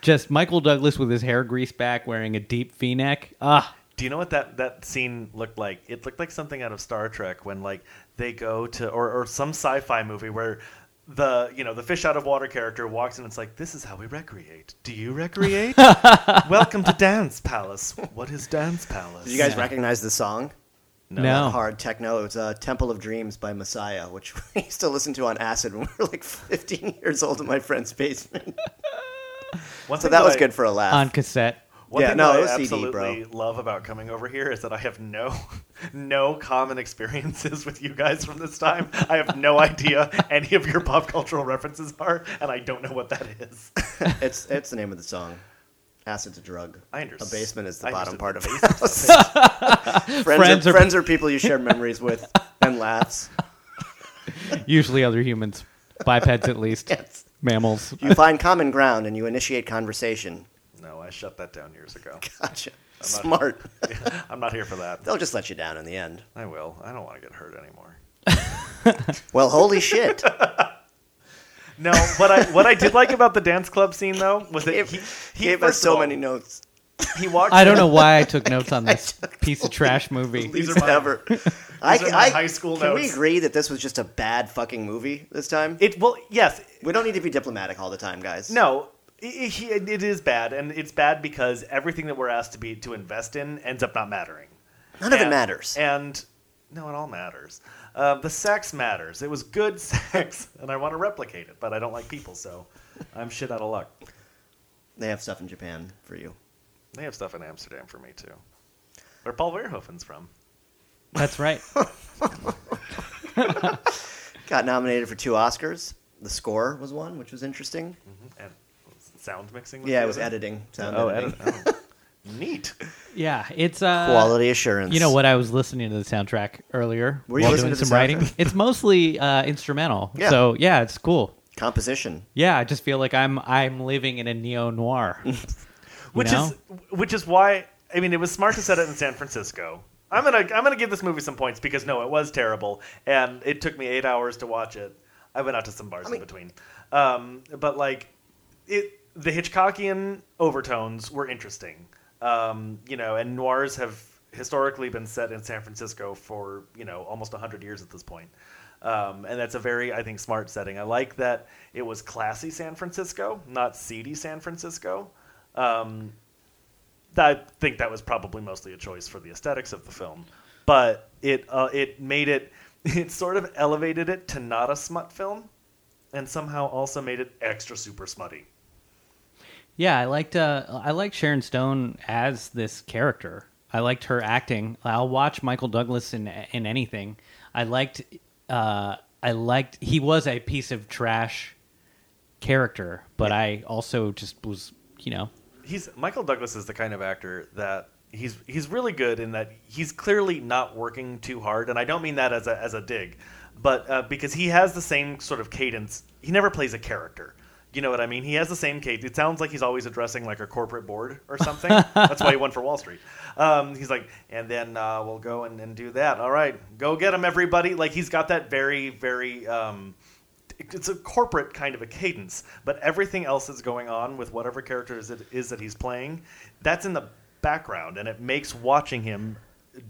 S2: Just Michael Douglas with his hair greased back, wearing a deep V-neck. Ah,
S4: Do you know what that, that scene looked like? It looked like something out of Star Trek when like they go to or, or some sci-fi movie where the you know the fish out of water character walks in and it's like this is how we recreate. Do you recreate? Welcome to Dance Palace. What is Dance Palace?
S3: Did you guys
S2: Yeah.
S3: recognize the song?
S2: no.
S3: Not Hard techno. It was uh, "Temple of Dreams" by Messiah, which we used to listen to on acid when we were like 15 years old in my friend's basement.
S4: One
S3: So
S4: thing
S3: that was
S4: I-
S3: good for a laugh.
S2: on cassette.
S4: One
S3: Yeah,
S4: thing
S3: no,
S4: that
S3: it
S4: I
S3: was CD, bro.
S4: absolutely love about coming over here is that I have no no common experiences with you guys from this time. I have no idea any of your pop cultural references are, and I don't know what that is.
S3: it's it's the name of the song. Acid's a drug.
S4: I understand.
S3: A basement is the
S4: I
S3: bottom
S4: understand.
S3: part of it. friends,
S2: Friends
S3: are,
S2: are-
S3: friends are people you share memories with and laughs.
S2: Usually other humans, bipeds at least,
S3: Yes.
S2: mammals.
S3: You find common ground and you initiate conversation.
S4: No, I shut that down years ago.
S3: Gotcha. Smart.
S4: I'm not here for that.
S3: They'll just let you down in the end.
S4: I will. I don't want to get hurt anymore.
S3: Well, holy shit.
S4: No, what I what I did like about the dance club scene though was that
S3: Gave,
S4: he, he
S3: gave
S4: first
S3: us
S4: of
S3: so
S4: all,
S3: many notes.
S4: He walked.
S2: I don't know why I took notes on this piece of trash movie.
S3: These
S4: are my-
S3: ever. I,
S4: are my
S3: I-
S4: high school
S3: Can we
S4: notes.
S3: agree that this was just a bad fucking movie this time?
S4: It well, yes,
S3: we don't need to be diplomatic all the time, guys.
S4: No, i- i- he- it is bad, and it's bad because everything that we're asked to be to invest in ends up not mattering.
S3: None of it
S4: And-
S3: matters.
S4: And no, it all matters. Uh, the sex matters. It was good sex, and I want to replicate it, but I don't like people, so I'm shit out of luck.
S3: They have stuff in Japan for you.
S4: They have stuff in Amsterdam for me too. Where Paul Verhoeven's from.
S2: That's right.
S3: Got nominated for two Oscars. The score was one, which was interesting.
S4: Mm-hmm. And sound mixing.
S3: Yeah,
S4: the
S3: it was
S4: other-
S3: editing. Sound
S4: Oh,
S3: editing.
S4: edit- oh. Neat.
S2: Yeah, it's uh,
S3: Quality assurance.
S2: You know what? I was listening to the soundtrack earlier
S3: Were you
S2: while
S3: listening
S2: doing
S3: to the
S2: some writing.
S3: soundtrack?
S2: It's mostly uh, instrumental,
S3: Yeah.
S2: so yeah, it's cool.
S3: Composition.
S2: Yeah, I just feel like I'm I'm living in a neo noir.
S4: which
S2: know?
S4: is which is why I mean it was smart to set it in San Francisco. I'm gonna I'm gonna give this movie some points because no, it was terrible, and it took me eight hours to watch it. I went out to some bars
S3: mean-
S4: in between, um, but like it, the Hitchcockian overtones were interesting, um, you know, and noirs have historically been set in San Francisco for you know almost hundred years at this point. Um, and that's a very, I think, smart setting. I like that it was classy San Francisco, not seedy San Francisco. Um, I think that was probably mostly a choice for the aesthetics of the film, but it uh, it made it it sort of elevated it to not a smut film, and somehow also made it extra super smutty.
S2: Yeah, I liked uh, I liked Sharon Stone as this character. I liked her acting. I'll watch Michael Douglas in in anything. I liked uh, I liked he was a piece of trash character, but I also just was you know
S4: He's Michael Douglas is the kind of actor that he's he's really good in that he's clearly not working too hard, and I don't mean that as a as a dig, but uh, because he has the same sort of cadence. He never plays a character. You know what I mean? He has the same cadence. It sounds like he's always addressing like a corporate board or something. That's why he won for Wall Street. Um, he's like, and then uh, we'll go and, and do that. All right, go get him, everybody. Like he's got that very very. Um, it's a corporate kind of a cadence, but everything else that's going on with whatever character is it is that he's playing, that's in the background, and it makes watching him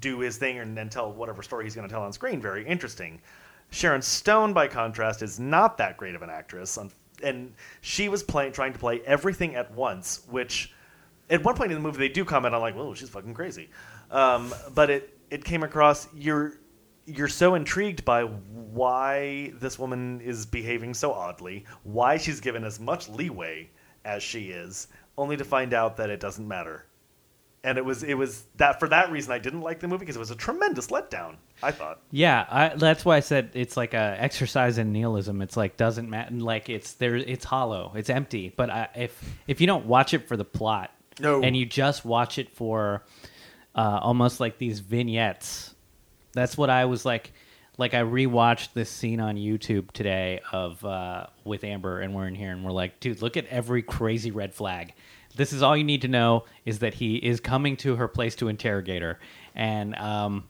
S4: do his thing and then tell whatever story he's going to tell on screen very interesting. Sharon Stone, by contrast, is not that great of an actress, un- and she was playing trying to play everything at once, which at one point in the movie they do comment on like, "Whoa, she's fucking crazy," um, but it it came across you're you're so intrigued by why this woman is behaving so oddly, why she's given as much leeway as she is, only to find out that it doesn't matter. And it was it was that for that reason I didn't like the movie because it was a tremendous letdown. I thought.
S2: Yeah, I, that's why I said it's like a exercise in nihilism. It's like doesn't matter. Like it's there. It's hollow. It's empty. But I, if if you don't watch it for the plot,
S4: No.
S2: and you just watch it for uh, almost like these vignettes. That's what I was like. Like I rewatched this scene on YouTube today of uh, with Amber, and we're in here, and we're like, dude, look at every crazy red flag. This is all you need to know is that he is coming to her place to interrogate her, and um,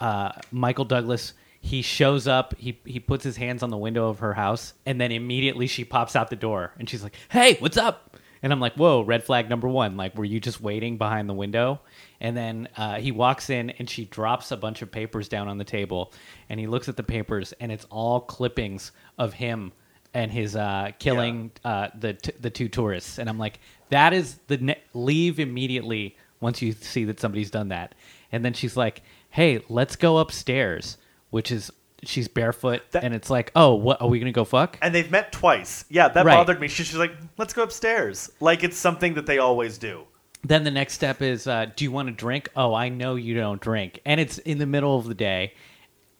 S2: uh, Michael Douglas. He shows up. He he puts his hands on the window of her house, and then immediately she pops out the door, and she's like, "Hey, what's up?" And I'm like, whoa, red flag number one. Like, were you just waiting behind the window? And then uh, he walks in and she drops a bunch of papers down on the table. And he looks at the papers and it's all clippings of him and his uh, killing uh, the, t- the two tourists. And I'm like, that is the ne- leave immediately once you see that somebody's done that. And then she's like, hey, let's go upstairs, which is she's barefoot.
S4: That-
S2: and it's like, oh, what are we going to go fuck?
S4: And they've met twice. Yeah, that
S2: Right.
S4: bothered me. She, she's like, let's go upstairs. Like it's something that they always do.
S2: then the next step is uh, do you want to drink oh i know you don't drink and it's in the middle of the day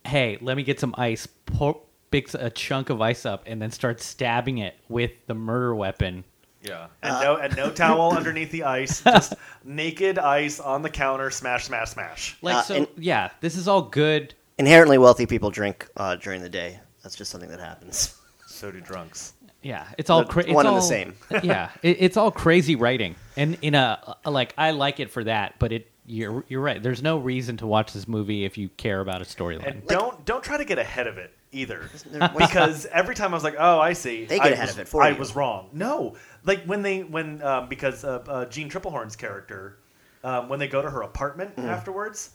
S2: hey let me get some ice pour, picks a chunk of ice up and then starts stabbing it with the murder weapon
S4: Yeah. And no and no towel underneath the ice, just naked ice on the counter, smash, smash, smash.
S2: like
S3: Uh,
S2: so
S3: and-
S2: yeah this is all good
S3: Inherently wealthy people drink uh, during the day. That's just something that happens.
S4: So do drunks.
S2: yeah it's all
S3: The-
S2: cra- it's
S3: one and the
S2: all-
S3: same.
S2: yeah it, it's all crazy writing and in a like i like it for that but it you're you're right there's no reason to watch this movie if you care about a
S4: And
S2: storyline
S4: don't don't try to get ahead of it either.
S3: There- wait,
S4: Because every time I was like, "Oh, I see."
S3: They get
S4: I
S3: ahead
S4: was,
S3: of it for
S4: I
S3: you.
S4: was wrong. No, like when they when um, because uh, uh, Gene Triplehorn's character um, when they go to her apartment
S3: Mm.
S4: afterwards,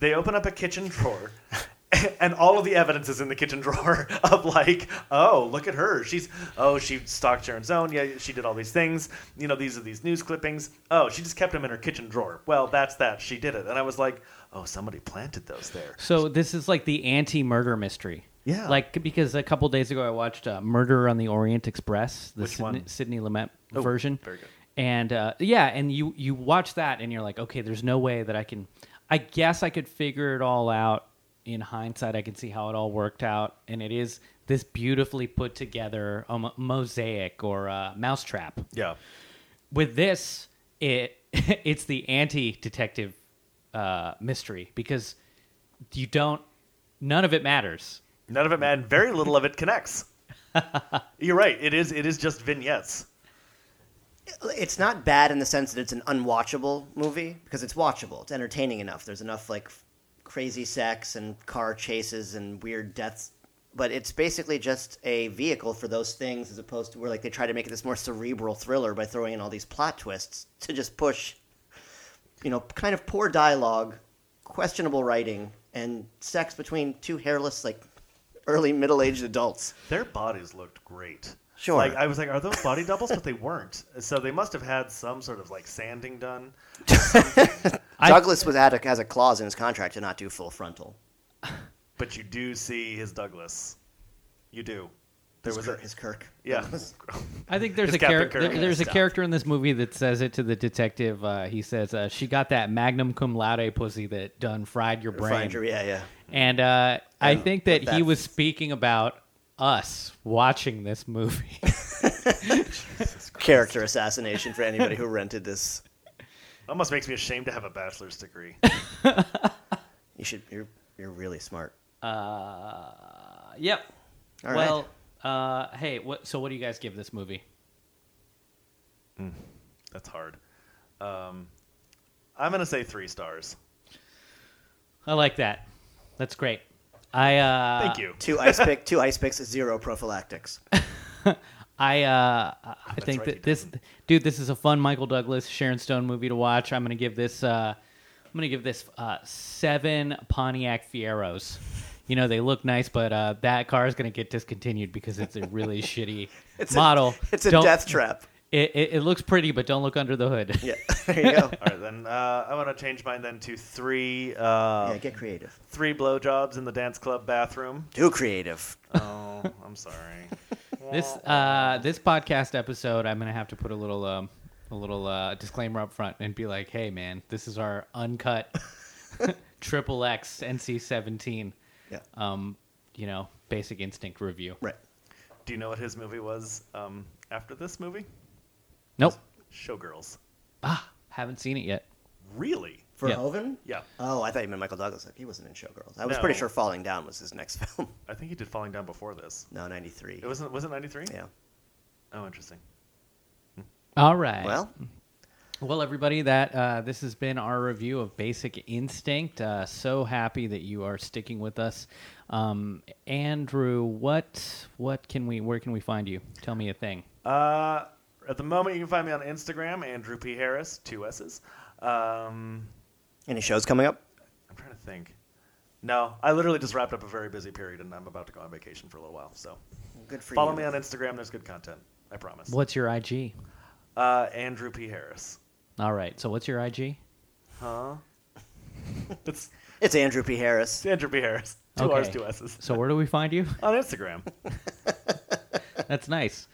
S4: they open up a kitchen drawer, and all of the evidence is in the kitchen drawer of like, "Oh, look at her. She's oh she stalked Sharon Zone. Yeah, she did all these things. You know, these are these news clippings. Oh, she just kept them in her kitchen drawer. Well, that's that. She did it." And I was like, "Oh, somebody planted those there."
S2: So this is like the anti-murder mystery.
S4: Yeah.
S2: Like because a couple days ago I watched uh, Murder on the Orient Express, the
S4: Which
S2: Sydney,
S4: one?
S2: Sydney Lumet
S4: Oh,
S2: version.
S4: very good.
S2: And uh, yeah, and you you watch that and you're like, okay, there's no way that I can. I guess I could figure it all out in hindsight. I can see how it all worked out, and it is this beautifully put together um, mosaic or uh, mousetrap
S4: Yeah.
S2: with this it it's the anti detective uh, mystery because you don't none of it matters
S4: None of it, man. Very little of it connects. You're right. It is. It is just vignettes.
S3: it's not bad in the sense that it's an unwatchable movie because it's watchable. It's entertaining enough. There's enough like f- crazy sex and car chases and weird deaths, but it's basically just a vehicle for those things as opposed to where like they try to make it this more cerebral thriller by throwing in all these plot twists to just push, you know, kind of poor dialogue, questionable writing, and sex between two hairless like early middle-aged adults.
S4: Their bodies looked great.
S3: Sure.
S4: Like I was like, are those body doubles? But they weren't. So they must have had some sort of like sanding done.
S2: I-
S3: Douglas was at a, has a clause in his contract to not do full frontal.
S4: But you do see his Douglas. You do. There
S3: his,
S4: was
S3: Kirk,
S4: a
S3: his Kirk.
S4: yeah.
S2: i think there's
S4: It's
S2: a
S4: Captain
S2: character
S4: Kirk.
S2: there's a
S4: Stop.
S2: character in this movie that says it to the detective uh, he says uh, she got that magnum cum laude pussy that done fried your brain
S3: Finder, yeah, yeah.
S2: and uh, i
S3: And
S2: think that he
S3: Oh, that's-
S2: was speaking about us watching this movie
S3: Character assassination for anybody who rented this.
S4: Almost makes me ashamed to have a bachelor's degree.
S3: You should. You're you're really smart.
S2: uh, yep
S3: All right.
S2: well uh, hey what, so what do you guys give this movie
S4: That's hard. Um, I'm gonna say three stars.
S2: I like that. That's great. I uh,
S4: Thank you.
S3: Two ice pick. Two ice picks. Zero prophylactics.
S2: I uh, I think
S4: right, he
S2: that this dude, this is a fun Michael Douglas, Sharon Stone movie to watch. I'm gonna give this uh, I'm gonna give this uh, seven Pontiac Fieros. You know they look nice, but uh, that car is gonna get discontinued because it's a really shitty
S3: It's a-
S2: model.
S3: it's a
S2: Don't-
S3: death trap.
S2: It, it, it looks pretty, but don't look under the hood.
S3: Yeah, there you go.
S4: All right, then uh, I want to change mine then to three. Uh,
S3: Yeah, get creative.
S4: three blowjobs in the dance club bathroom.
S3: Do creative.
S4: Oh, I'm sorry.
S2: This uh, this podcast episode, I'm gonna have to put a little um, a little uh, disclaimer up front and be like, "Hey, man, this is our uncut triple X NC-17,
S3: Yeah,
S2: um, you know, Basic Instinct review."
S3: right.
S4: Do you know what his movie was um, after this movie?
S2: Nope,
S4: Showgirls.
S2: ah, haven't seen it yet.
S4: Really?
S3: For
S2: Yeah.
S3: Hoven?
S4: Yeah.
S3: Oh, I thought you meant Michael Douglas. Like, He wasn't in Showgirls. I was
S4: No.
S3: pretty sure Falling Down was his next film.
S4: I think he did Falling Down before this.
S3: no, '93.
S4: It wasn't. Was it '93?
S3: Yeah.
S4: Oh, interesting.
S2: All right.
S3: Well,
S2: Well, everybody, that uh, this has been our review of Basic Instinct. Uh, so happy that you are sticking with us, um, Andrew. What what can we? Where can we find you? Tell me a thing.
S4: Uh, at the moment, you can find me on Instagram, Andrew P. Harris, two S's. Um,
S3: any shows coming up?
S4: I'm trying to think. No, I literally just wrapped up a very busy period, and I'm about to go on vacation for a little while. So
S3: Good for
S4: follow
S3: you.
S4: me on Instagram. There's good content. I promise.
S2: What's your IG?
S4: Uh, Andrew P. Harris.
S2: All right. So what's your IG?
S4: Huh? it's,
S3: It's Andrew P. Harris.
S4: it's Andrew B. Harris. Two
S2: Okay.
S4: R's, two S's.
S2: So where do we find you?
S4: on Instagram.
S2: That's nice.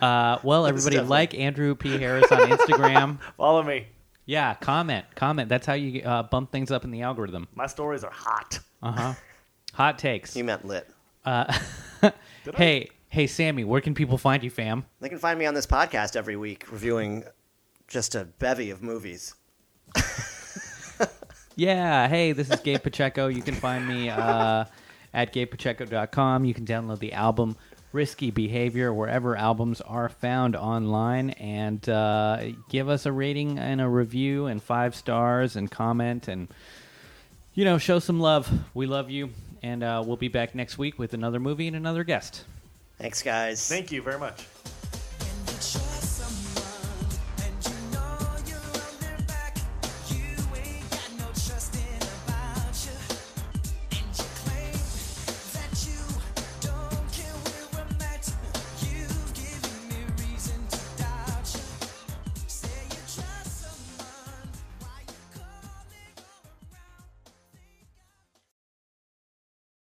S2: Uh, well, everybody,
S3: definitely-
S2: like Andrew P. Harris on Instagram.
S4: Follow me.
S2: yeah, comment, comment. That's how you uh, bump things up in the algorithm.
S4: My stories are hot.
S2: Uh huh. Hot takes.
S3: You meant lit.
S4: Did I-
S2: Hey, hey, Sammy, where can people find you, fam?
S3: They can find me on this podcast every week reviewing just a bevy of movies.
S2: Yeah. Hey, this is Gabe Pacheco. You can find me uh, at gabepacheco.com. You can download the album Risky Behavior wherever albums are found online and uh, give us a rating and a review and five stars and comment and, you know, show some love. We love you. And uh, we'll be back next week with another movie and another guest.
S3: Thanks, guys.
S4: Thank you very much.